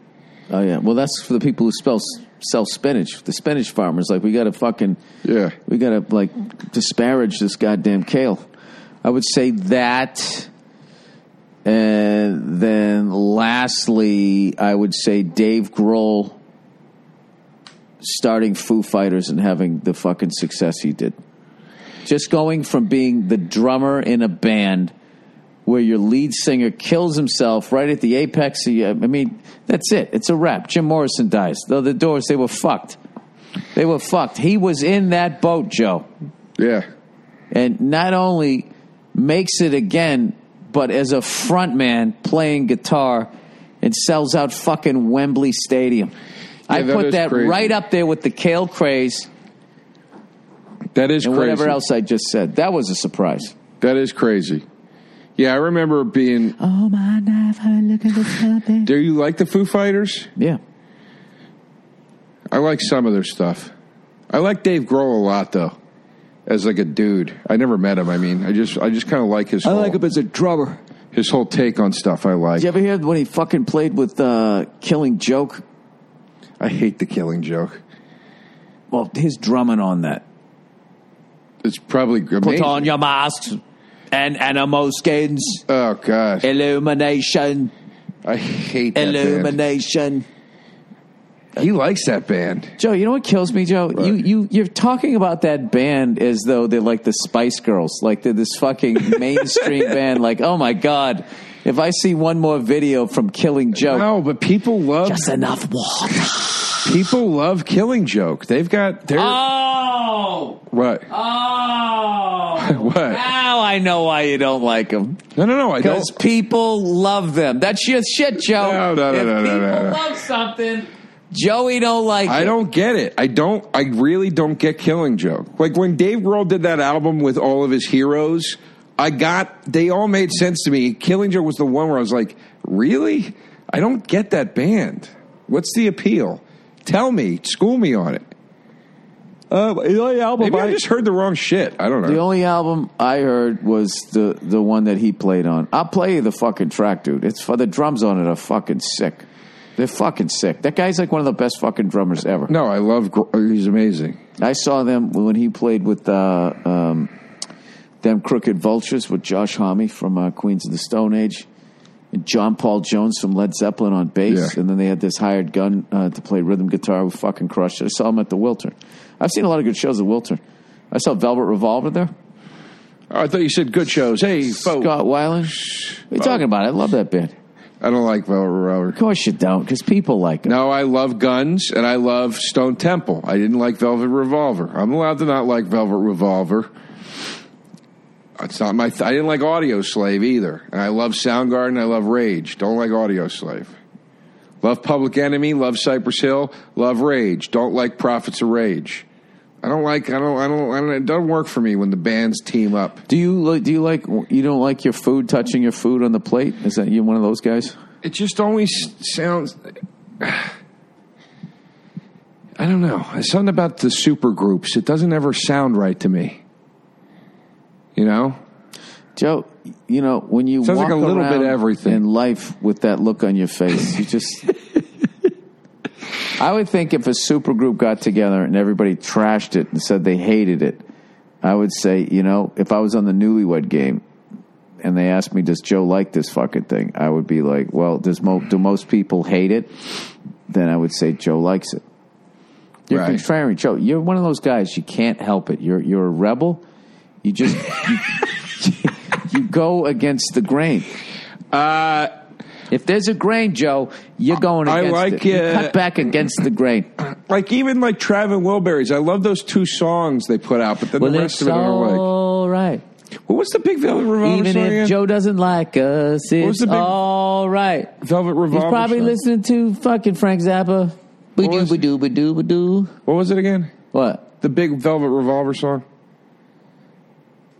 Oh yeah, well that's for the people who spell, sell spinach. The spinach farmers, like we got to fucking
Yeah.
we got to like disparage this goddamn kale. I would say that, and then lastly, I would say Dave Grohl starting Foo Fighters and having the fucking success he did. Just going from being the drummer in a band where your lead singer kills himself right at the apex. Of, I mean, that's it. It's a wrap. Jim Morrison dies. Though the Doors, they were fucked. They were fucked. He was in that boat, Joe,
Yeah.
and not only makes it again, but as a frontman playing guitar and sells out fucking Wembley Stadium. I
that
put
is
that
crazy.
right up there with the kale craze
That is
and
crazy.
whatever else I just said. That was a surprise.
That is crazy. Yeah, I remember being.
Oh my knife, I look at the
Do you like the Foo Fighters?
Yeah.
I like some of their stuff. I like Dave Grohl a lot though. As like a dude, I never met him. I mean, I just I just kind of like his whole,
as a drummer.
his whole take on stuff. I like.
Did you ever hear when he fucking played with uh, Killing Joke?
I hate the Killing Joke.
Well, his drumming on that.
It's probably
Put
amazing.
on your masks and animal skins.
Oh god,
Illumination.
I hate that band.
Illumination.
He likes that band.
Joe, you know what kills me, Joe? You you you're talking about that band as though they're like the Spice Girls, like they're this
(laughs)
fucking mainstream band. Like, oh my god, if I see one more video from Killing Joe,
No, but people love
just enough water.
people love Killing Joke. They've got their
Uh, Oh,
what?
(laughs) oh.
What?
Now I know why you don't like them.
No, no, no. I don't.
Because people love them. That's your shit, Joe.
No, no, no,
if
no, no,
people
no, no.
love something, Joey don't like
I
it.
don't get it. I don't. I really don't get Killing Joke. Like when Dave Grohl did that album with all of his heroes, I got they all made sense to me. Killing Joke was the one where I was like, really? I don't get that band. What's the appeal? Tell me. School me on it.
Uh, the only album
Maybe I
I-
just heard the wrong shit. I don't
The
know.
only album I heard was the the one that he played on. I'll play you the fucking track, dude. It's for the drums on it are fucking sick. They're fucking sick. That guy's like one of the best fucking drummers ever.
No, I love. Grohl. He's amazing.
I saw them when he played with uh, um, them Crooked Vultures with Josh Homme from uh, Queens of the Stone Age and John Paul Jones from Led Zeppelin on bass.
Yeah.
And then they had this hired gun uh, to play rhythm guitar with fucking Crush. I saw him at the Wiltern. I've seen a lot of good shows at Wiltern. I saw Velvet Revolver there.
Oh, I thought you said good shows. Hey, folks.
Scott Weiland. What are you talking about? I love that band.
I don't like Velvet Revolver.
Of course you don't, because people like it.
No, I love Guns and I love Stone Temple. I didn't like Velvet Revolver. I'm allowed to not like Velvet Revolver. It's not my. Th- I didn't like Audio Slave either. And I love Soundgarden. I love Rage. Don't like Audio Slave. Love Public Enemy. Love Cypress Hill. Love Rage. Don't like Prophets of Rage. I don't like. I don't. I don't. I don't it doesn't work for me when the bands team up.
Do you li- do you like you don't like your food touching your food on the plate? Is that you one of those guys?
it just always sounds i don't know There's something about the super groups it doesn't ever sound right to me you know
Joe, you know when you
Sounds
walk
like a little bit
around
everything.
in life with that look on your face, you
(laughs)
just. I would think if a supergroup got together and everybody trashed it and said they hated it, I would say, you know, if I was on the Newlywed Game and they asked me, "Does Joe like this fucking thing?" I would be like, "Well, does mo- do most people hate it?" Then I would say Joe likes it. You're
Right.
contrary, Joe. You're one of those guys. You can't help it. You're you're a rebel. You just you, you (laughs) go against the grain.
uh,
If there's a grain, Joe, you're going
I
against
like
it. You
it.
cut back against the grain.
like even like travin wilburys i love those two songs they put out but then (laughs) the rest of it i don't like
all right.
well, what's the big velvet revolver
Even
song
if
again?
Joe doesn't like us,
was
it's
the big-
all right.
velvet
He's
revolver
probably
song.
listening to fucking Frank Zappa. Ba
was-
doo ba doo ba doo ba doo.
what was it again
What?
the big velvet revolver song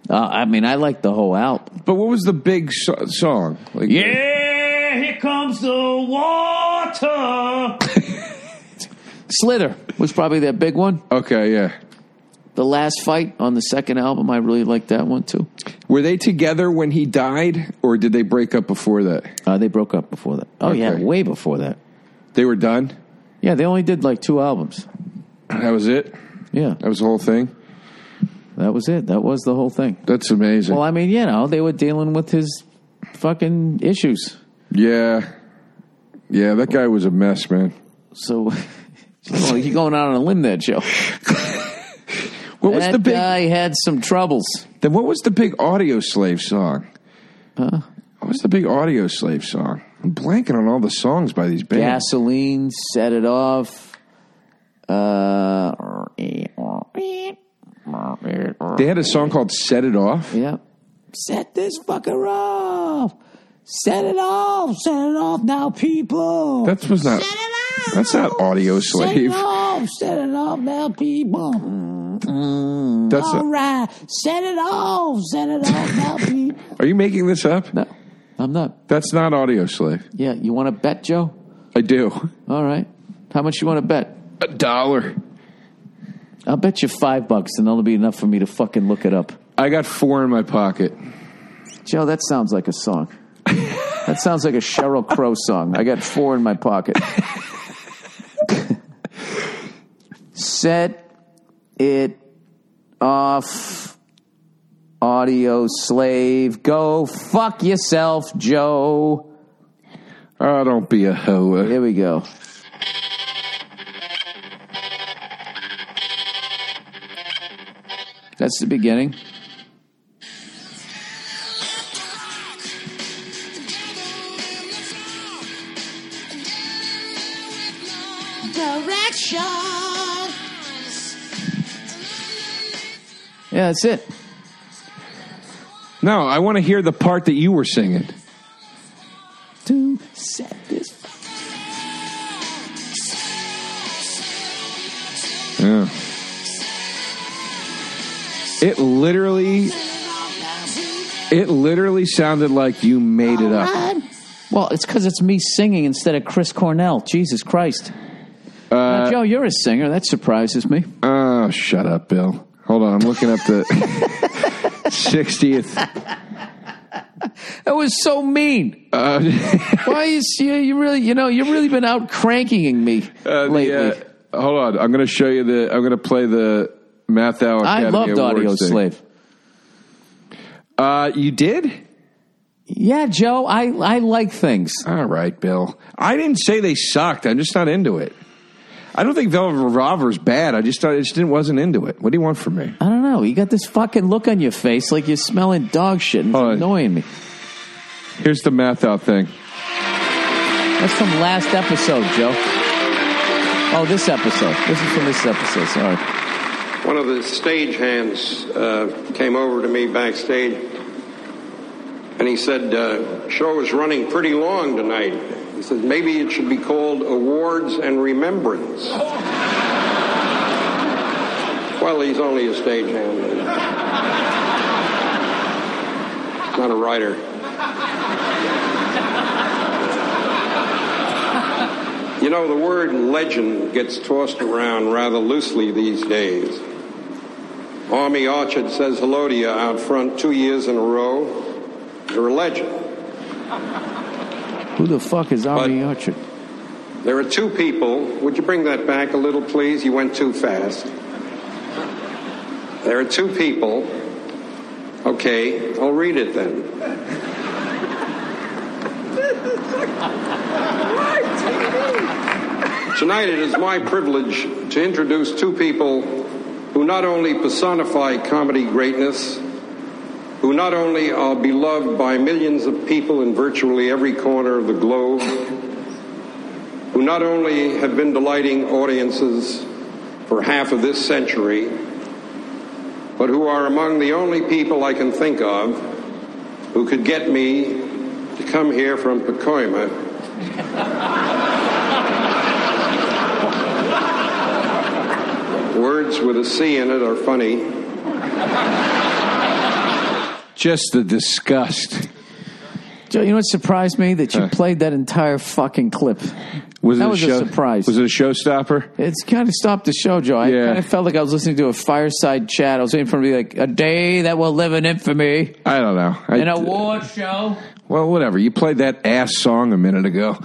Uh, I mean, I like the whole album.
But what was the big so- song? Like,
Yeah, here comes the water. (laughs) Slither was probably their big one.
Okay, yeah.
The last fight on the second album, I really liked that one too.
Were they together when he died, or did they break up before that?
Uh, they broke up before that. Oh yeah,
Okay.
way before that.
They were done.
Yeah, they only did like two albums.
That was it.
Yeah,
That was the whole thing.
that was it. That was the whole thing.
That's amazing.
Well, I mean, you know, they were dealing with his fucking issues.
yeah, yeah. That guy was a mess, man.
So, (laughs) well, you're going out on a limb there, Joe.
What was
That
the big?
guy had some troubles.
Then what was the big audio slave song? What was the big audio slave song? I'm blanking on all the songs by these bands.
Gasoline set it off. Uh,
They had a song called "Set It Off."
yeah. Set this fucker off. Set it off. Set it off now, people.
That was not. That's not audio
Set it
slave. (laughs)
off. Set it off now, people. Mm,
That's a-
all right. Set it off. Set it off (laughs) now, people.
Are you making this up?
No, I'm not.
That's not audio slave.
Yeah, you want to bet, Joe?
I do.
All right. How much you want to bet?
A dollar.
I'll bet you five bucks, and that'll be enough for me to fucking look it up.
I got four in my pocket.
Joe, that sounds like a song. that sounds like a Cheryl Crow song. I got four in my pocket. Set it off, audio slave. Go fuck yourself, Joe.
Oh, don't be a hoe.
Here we go. That's the beginning.
Directions.
Yeah, that's it.
No, I want to hear the part that you were singing.
To set this.
Yeah. It literally, it literally sounded like you made it up.
Well, it's because it's me singing instead of Chris Cornell. Jesus Christ. Now, Joe, you're a singer. That surprises me.
Oh, shut up, Bill. Hold on, I'm looking up Uh, the
(laughs)
60th.
That was so (laughs) mean.
(laughs) Uh,
Why is you, you really, you know, you've really been out cranking me
uh,
lately.
the, uh, hold on, I'm going to show you the. I'm going to play the Math Al.
I
Academy
loved
Awards
Audio
thing.
Slave.
Uh, you did?
Yeah, Joe, I, I like things.
All right, Bill. I didn't say they sucked. I'm just not into it. I don't think Velvet Revolver's bad. I just I just didn't, wasn't into it. What do you want from me?
I don't know. You got this fucking look on your face like you're smelling dog shit and it's
Oh,
annoying me.
Here's the math out thing.
That's from last episode, Joe. Oh, this episode. This is from this episode. Sorry.
One of the stagehands uh, came over to me backstage, and he said, uh, "Show is running pretty long tonight." He said, "Maybe it should be called Awards and Remembrance." (laughs) well, he's only a stagehand, not a writer. You know, the word legend gets tossed around rather loosely these days. Army Orchard says hello to you out front two years in a row. You're a legend.
Who the fuck is Army
But-
Orchard?
There are two people. Would you bring that back a little, please? You went too fast. There are two people. Okay, I'll read it then. Tonight it is my privilege to introduce two people who not only personify comedy greatness, who not only are beloved by millions of people in virtually every corner of the globe, who not only have been delighting audiences for half of this century, but who are among the only people I can think of who could get me to come here from Pacoima (laughs) Words with a C in it are funny.
Just the disgust.
Joe, you know what surprised me? That you played that entire fucking clip.
Was
That
it
was a
show-
surprise.
Was it a showstopper?
It's kind of stopped the show, Joe. I
Yeah.
kind of felt like I was listening to a fireside chat. I was waiting for him to be like, a day that will live in infamy,
I don't know. I,
an award show.
well, whatever. You played that ass song a minute ago.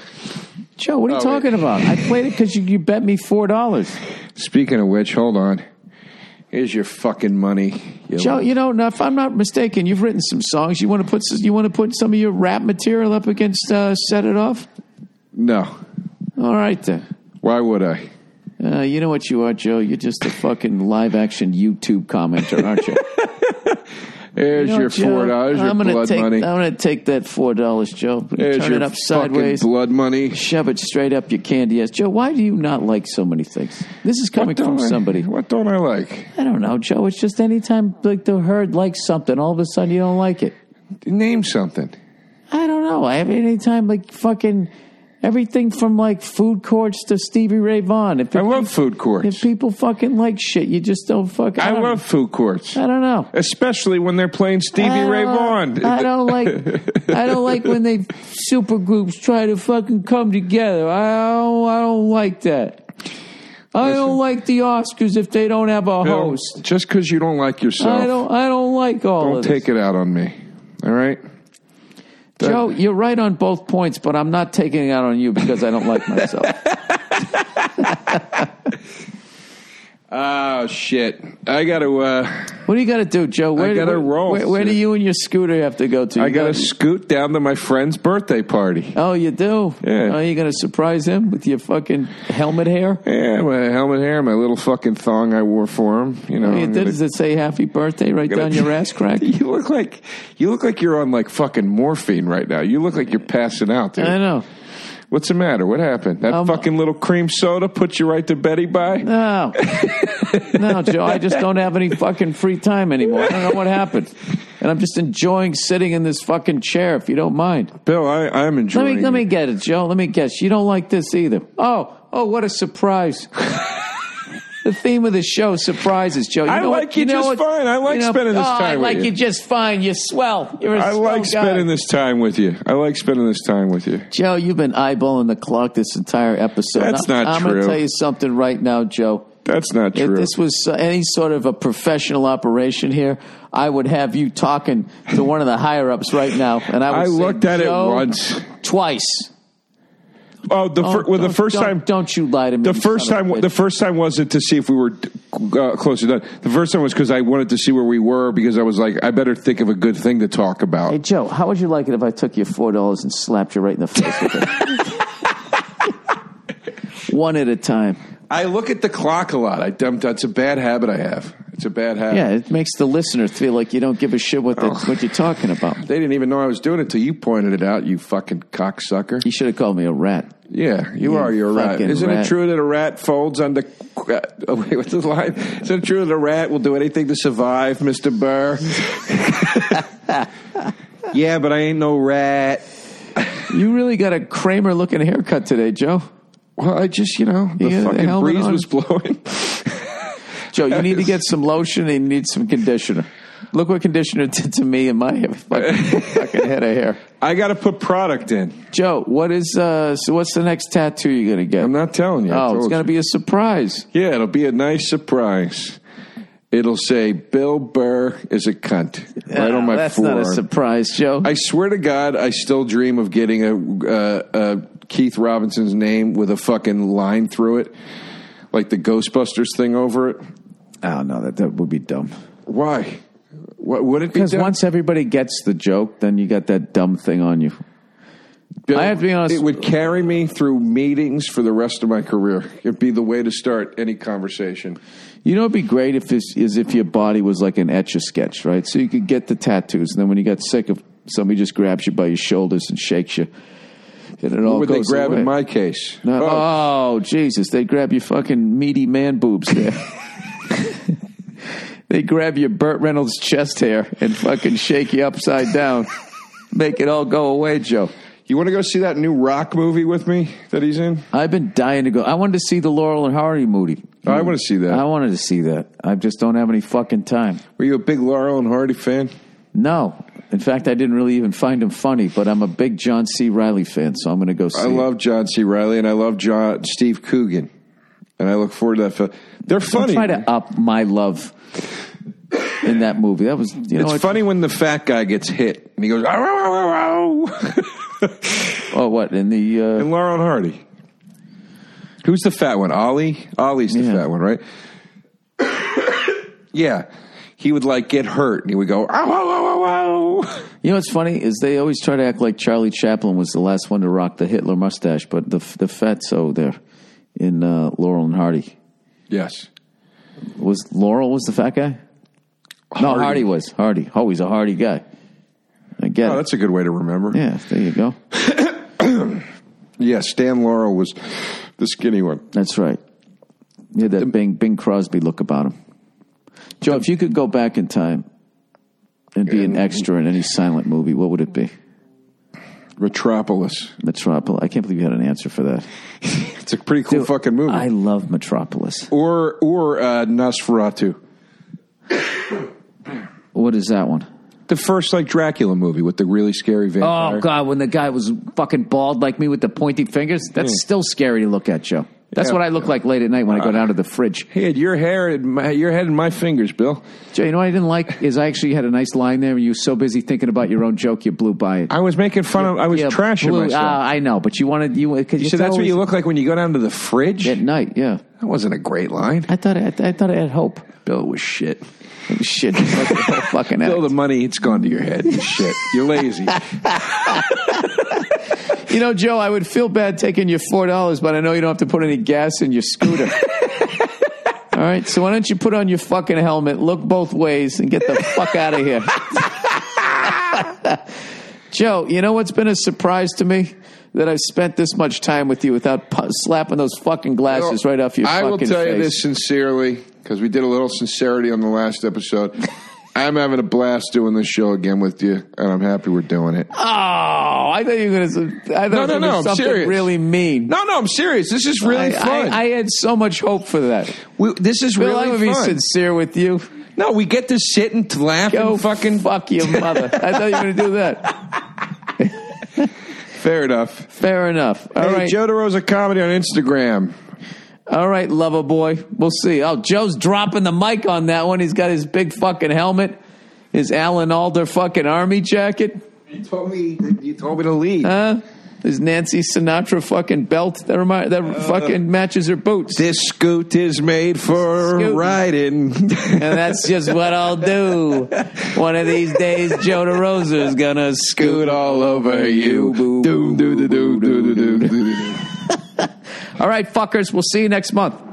Joe, what are you
Oh, wait.
talking about? I played it because you, you bet me $4.
Speaking of which, hold on. Here's your fucking money. You
Joe, you know, now if I'm not mistaken, you've written some songs. You want to put you want to put some of your rap material up against uh, "Set It Off."
no.
All right then.
Why would I?
Uh, you know what you are, Joe. You're just a fucking live action YouTube commenter, aren't (laughs) you?
Here's
You know
your
what, Joe?
four dollars. Your
I'm gonna
blood
take,
money.
I'm going to take that four dollars, Joe.
Here's
Turn
your
it up
fucking
sideways.
blood money.
Shove it straight up your candy ass, Joe. Why do you not like so many things? This is coming
What don't
from
I-
somebody.
What don't I like?
I don't know, Joe. It's just anytime like the herd likes something, all of a sudden you don't like it.
Name something.
I don't know. I have any time like fucking everything from like food courts to Stevie Ray Vaughan. If
I love food
if
courts.
people fucking like shit, you just don't fucking.
I
don't-
love food courts,
I don't know.
especially when they're playing Stevie
I
Ray
don't-
Vaughan.
I don't like. I don't like when they super groups try to fucking come together. I don't. I don't like that. I don't like the Oscars if they don't have a
You know,
host.
Just because you don't like yourself,
I don't. I don't like all
don't
of
take it out on me. All right.
this. Joe, you're right on both points, but I'm not taking it out on you because I don't like
(laughs)
myself.
Oh shit! I got to. Uh,
What do you got to do, Joe? Where,
gotta
where-
roll,
Where, where do
sir.
you and your scooter have to go to?
I
You
got to
gotta-
scoot down to my friend's birthday party.
Oh, you do?
Yeah.
Oh, you going to surprise him with your fucking helmet
(laughs)
hair?
Yeah, my helmet hair, my little fucking thong I wore for him. You know,
All you
I'm
did
gonna-
is it say happy birthday right
gonna-
down your ass crack?
(laughs) You look like you look like you're on like fucking morphine right now. You look like you're passing out, dude.
I know.
What's the matter? What happened? That
Um, Uh,
fucking little cream soda put you right to Betty by?
No. no, Joe, I just don't have any fucking free time anymore. I don't know what happened. And I'm just enjoying sitting in this fucking chair, if you don't mind.
Bill, I, I'm
Let
enjoying.
me, let
it.
me get it, Joe. Let me guess. You don't like this either. Oh, oh, what a surprise. the theme of the show, surprises, Joe. You
I
know what-
like you just fine. I like spending this
oh, I
time with
like
you.
you just fine. You're swell. You're a
I
swell
like
guy.
spending this time with you. I like spending this time with you.
Joe, you've been eyeballing the clock this entire episode.
That's
I'm-
not
I'm going
true.
to tell you something right now, Joe.
That's not
If
true.
this was uh, any sort of a professional operation here, I would have you talking to one of the higher ups right now, and I would
I
say,
looked at it
"Joe,
once.
twice.
Oh, the fir-
Don't-
well, the
don't-
1st
don't-
time.
Don't you lie to me.
The
you
first
son of
time,
a bitch.
the first time wasn't to see if we were uh, close enough. The first time was because I wanted to see where we were because I was like, I better think of a good thing to talk about.
Hey Joe, how would you like it if I took your four dollars and slapped you right in the face with it? (laughs) One at a time.
I look at the clock a lot. I dumb, that's a bad habit I have. It's a bad habit.
Yeah, it makes the listener feel like you don't give a shit what the,
Oh.
what you're talking about.
They didn't even know I was doing it until you pointed it out, you fucking cocksucker.
You should have called me a rat.
Yeah, you
You
are. You're a rat.
fucking
Isn't
rat.
it true that a rat folds under? (laughs) Oh, wait, what's the line? Is it true that a rat will do anything to survive, Mister
(laughs)
Burr? yeah, but I ain't no rat.
You really got a Kramer looking haircut today, Joe.
Well, I just you know the
You got the
fucking
helmet
breeze
on?
was blowing. (laughs)
Joe, you need to get some lotion and you need some conditioner. Look what conditioner did to me and my fucking, fucking head of hair.
I got to put product in.
Joe, what is uh? So what's the next tattoo you're gonna get?
I'm not telling you. I
oh, it's
told
gonna
you.
be a surprise.
Yeah, it'll be a nice surprise. It'll say Bill Burr is a cunt right on my
Uh, That's
forearm.
not a surprise, Joe.
I swear to God, I still dream of getting a, uh, a Keith Robinson's name with a fucking line through it, like the Ghostbusters thing over it.
Oh no, that that would be dumb.
Why? What would it be?
Because
done?
once everybody gets the joke, then you got that dumb thing on you.
Bill,
I have to be honest-
it would carry me through meetings for the rest of my career. It'd be the way to start any conversation.
You know, it'd be great if this is if your body was like an etch a sketch, right? So you could get the tattoos, and then when you got sick of somebody just grabs you by your shoulders and shakes you, and it all
What would they
goes
grab
away.
in my case?
No- oh. Jesus! They grab your fucking meaty man boobs
(laughs)
there. they grab your Burt Reynolds chest hair and fucking shake you upside down, make it all go away, Joe.
You want to go see that new rock movie with me that he's in?
I've been dying to go. I wanted to see the Laurel and Hardy movie.
I want to see that.
I wanted to see that. I just don't have any fucking time.
Were you a big Laurel and Hardy fan?
No, In fact, I didn't really even find him funny, but I'm a big John C. Riley fan, so I'm going to go see.
I
it.
love John C. Riley and I love John Steve Coogan, and I look forward to that. Film. They're
Don't
funny.
try to up my love in that movie. That was you know
it's
what-
funny when the fat guy gets hit and he goes, "Ow, ow, ow, ow, ow." (laughs)
Oh, what in the uh,
and Laurel and Hardy. Who's the fat one? Ollie. Ollie's the
Yeah.
fat one, right? (coughs) yeah, he would like get hurt and he would go, "Ow, ow, ow, ow, ow."
You know what's funny is they always try to act like Charlie Chaplin was the last one to rock the Hitler mustache, but the the fatso there in uh, Laurel and Hardy
Yes.
was Laurel was the fat guy. No, Hardy was Hardy. Oh, he's a Hardy guy. I get
Oh,
it.
that's a good way to remember.
Yeah, there you go.
Yeah, Stan Laurel was the skinny one.
That's right. He had that Bing Bing Crosby look about him. Joe, if you could go back in time and be an extra in any silent movie, what would it be?
Metropolis.
Metropolis. I can't believe you had an answer for that.
It's a pretty cool fucking movie.
I love Metropolis.
or or uh, Nosferatu.
What is that one?
The first like Dracula movie with the really scary vampire.
Oh God, when the guy was fucking bald like me with the pointy fingers, that's still scary to look at, Joe. That's
Mm. Yeah.
what I look like late at night when I go down to the fridge.
He had your hair and my, your head and my fingers, Bill.
Joe, you know what I didn't like is I actually had a nice line there. You were so busy thinking about your own joke, you blew by it.
I was making fun of. I was
Yeah,
trashing
blew-
myself.
ah, I know, but you wanted you because
you said that's what you look like when you go down to the fridge.
at night. Yeah,
that wasn't a great line.
I thought I, I thought I had hope.
Bill was shit.
Shit, (laughs) fucking, whole fucking act.
Bill, the money it's gone to your head. You shit,
(laughs)
you're lazy.
You know, Joe, I would feel bad taking your four dollars, but I know you don't have to put any gas in your
(laughs)
scooter. All right, so why don't you put on your fucking helmet, look both ways, and get the fuck out of here, (laughs) Joe? You know what's been a surprise to me that I've spent this much time with you without pu- slapping those fucking glasses right off your
I
fucking
will tell you
face.
this sincerely because we did a little sincerity on the last
(laughs)
episode. I'm having a blast doing this show again with you, and I'm happy we're doing it.
Oh, I thought you were going to. I thought
No,
it was gonna
no,
be
no, I'm
something
serious.
really mean.
no, no, I'm serious. This is really
I,
fun.
I, I had so much hope for that.
We- this is
Bill,
really
I would be
fun.
sincere with you.
no, we get to sit and laugh
Go
and fucking.
fuck your mother. I thought you were going to do that.
Fair enough.
Fair enough. All
hey,
right,
Joe DeRosa comedy on Instagram.
all right, lover boy. We'll see. Oh, Joe's dropping the mic on that one. He's got his big fucking helmet, his Alan Alder fucking army jacket,
You told me. You told me to leave.
huh? His Nancy Sinatra fucking belt that remind,
Uh,
that fucking matches her boots.
This scoot is made for
Scoot.
riding.
And that's just what I'll do. One of these days, Joe DeRosa is gonna scoot.
Scoot all over (laughs) you.
Boo, boo,
Doom, doo, doo, doo, doo, doo, doo, doo, doo.
All right, fuckers. We'll see you next month.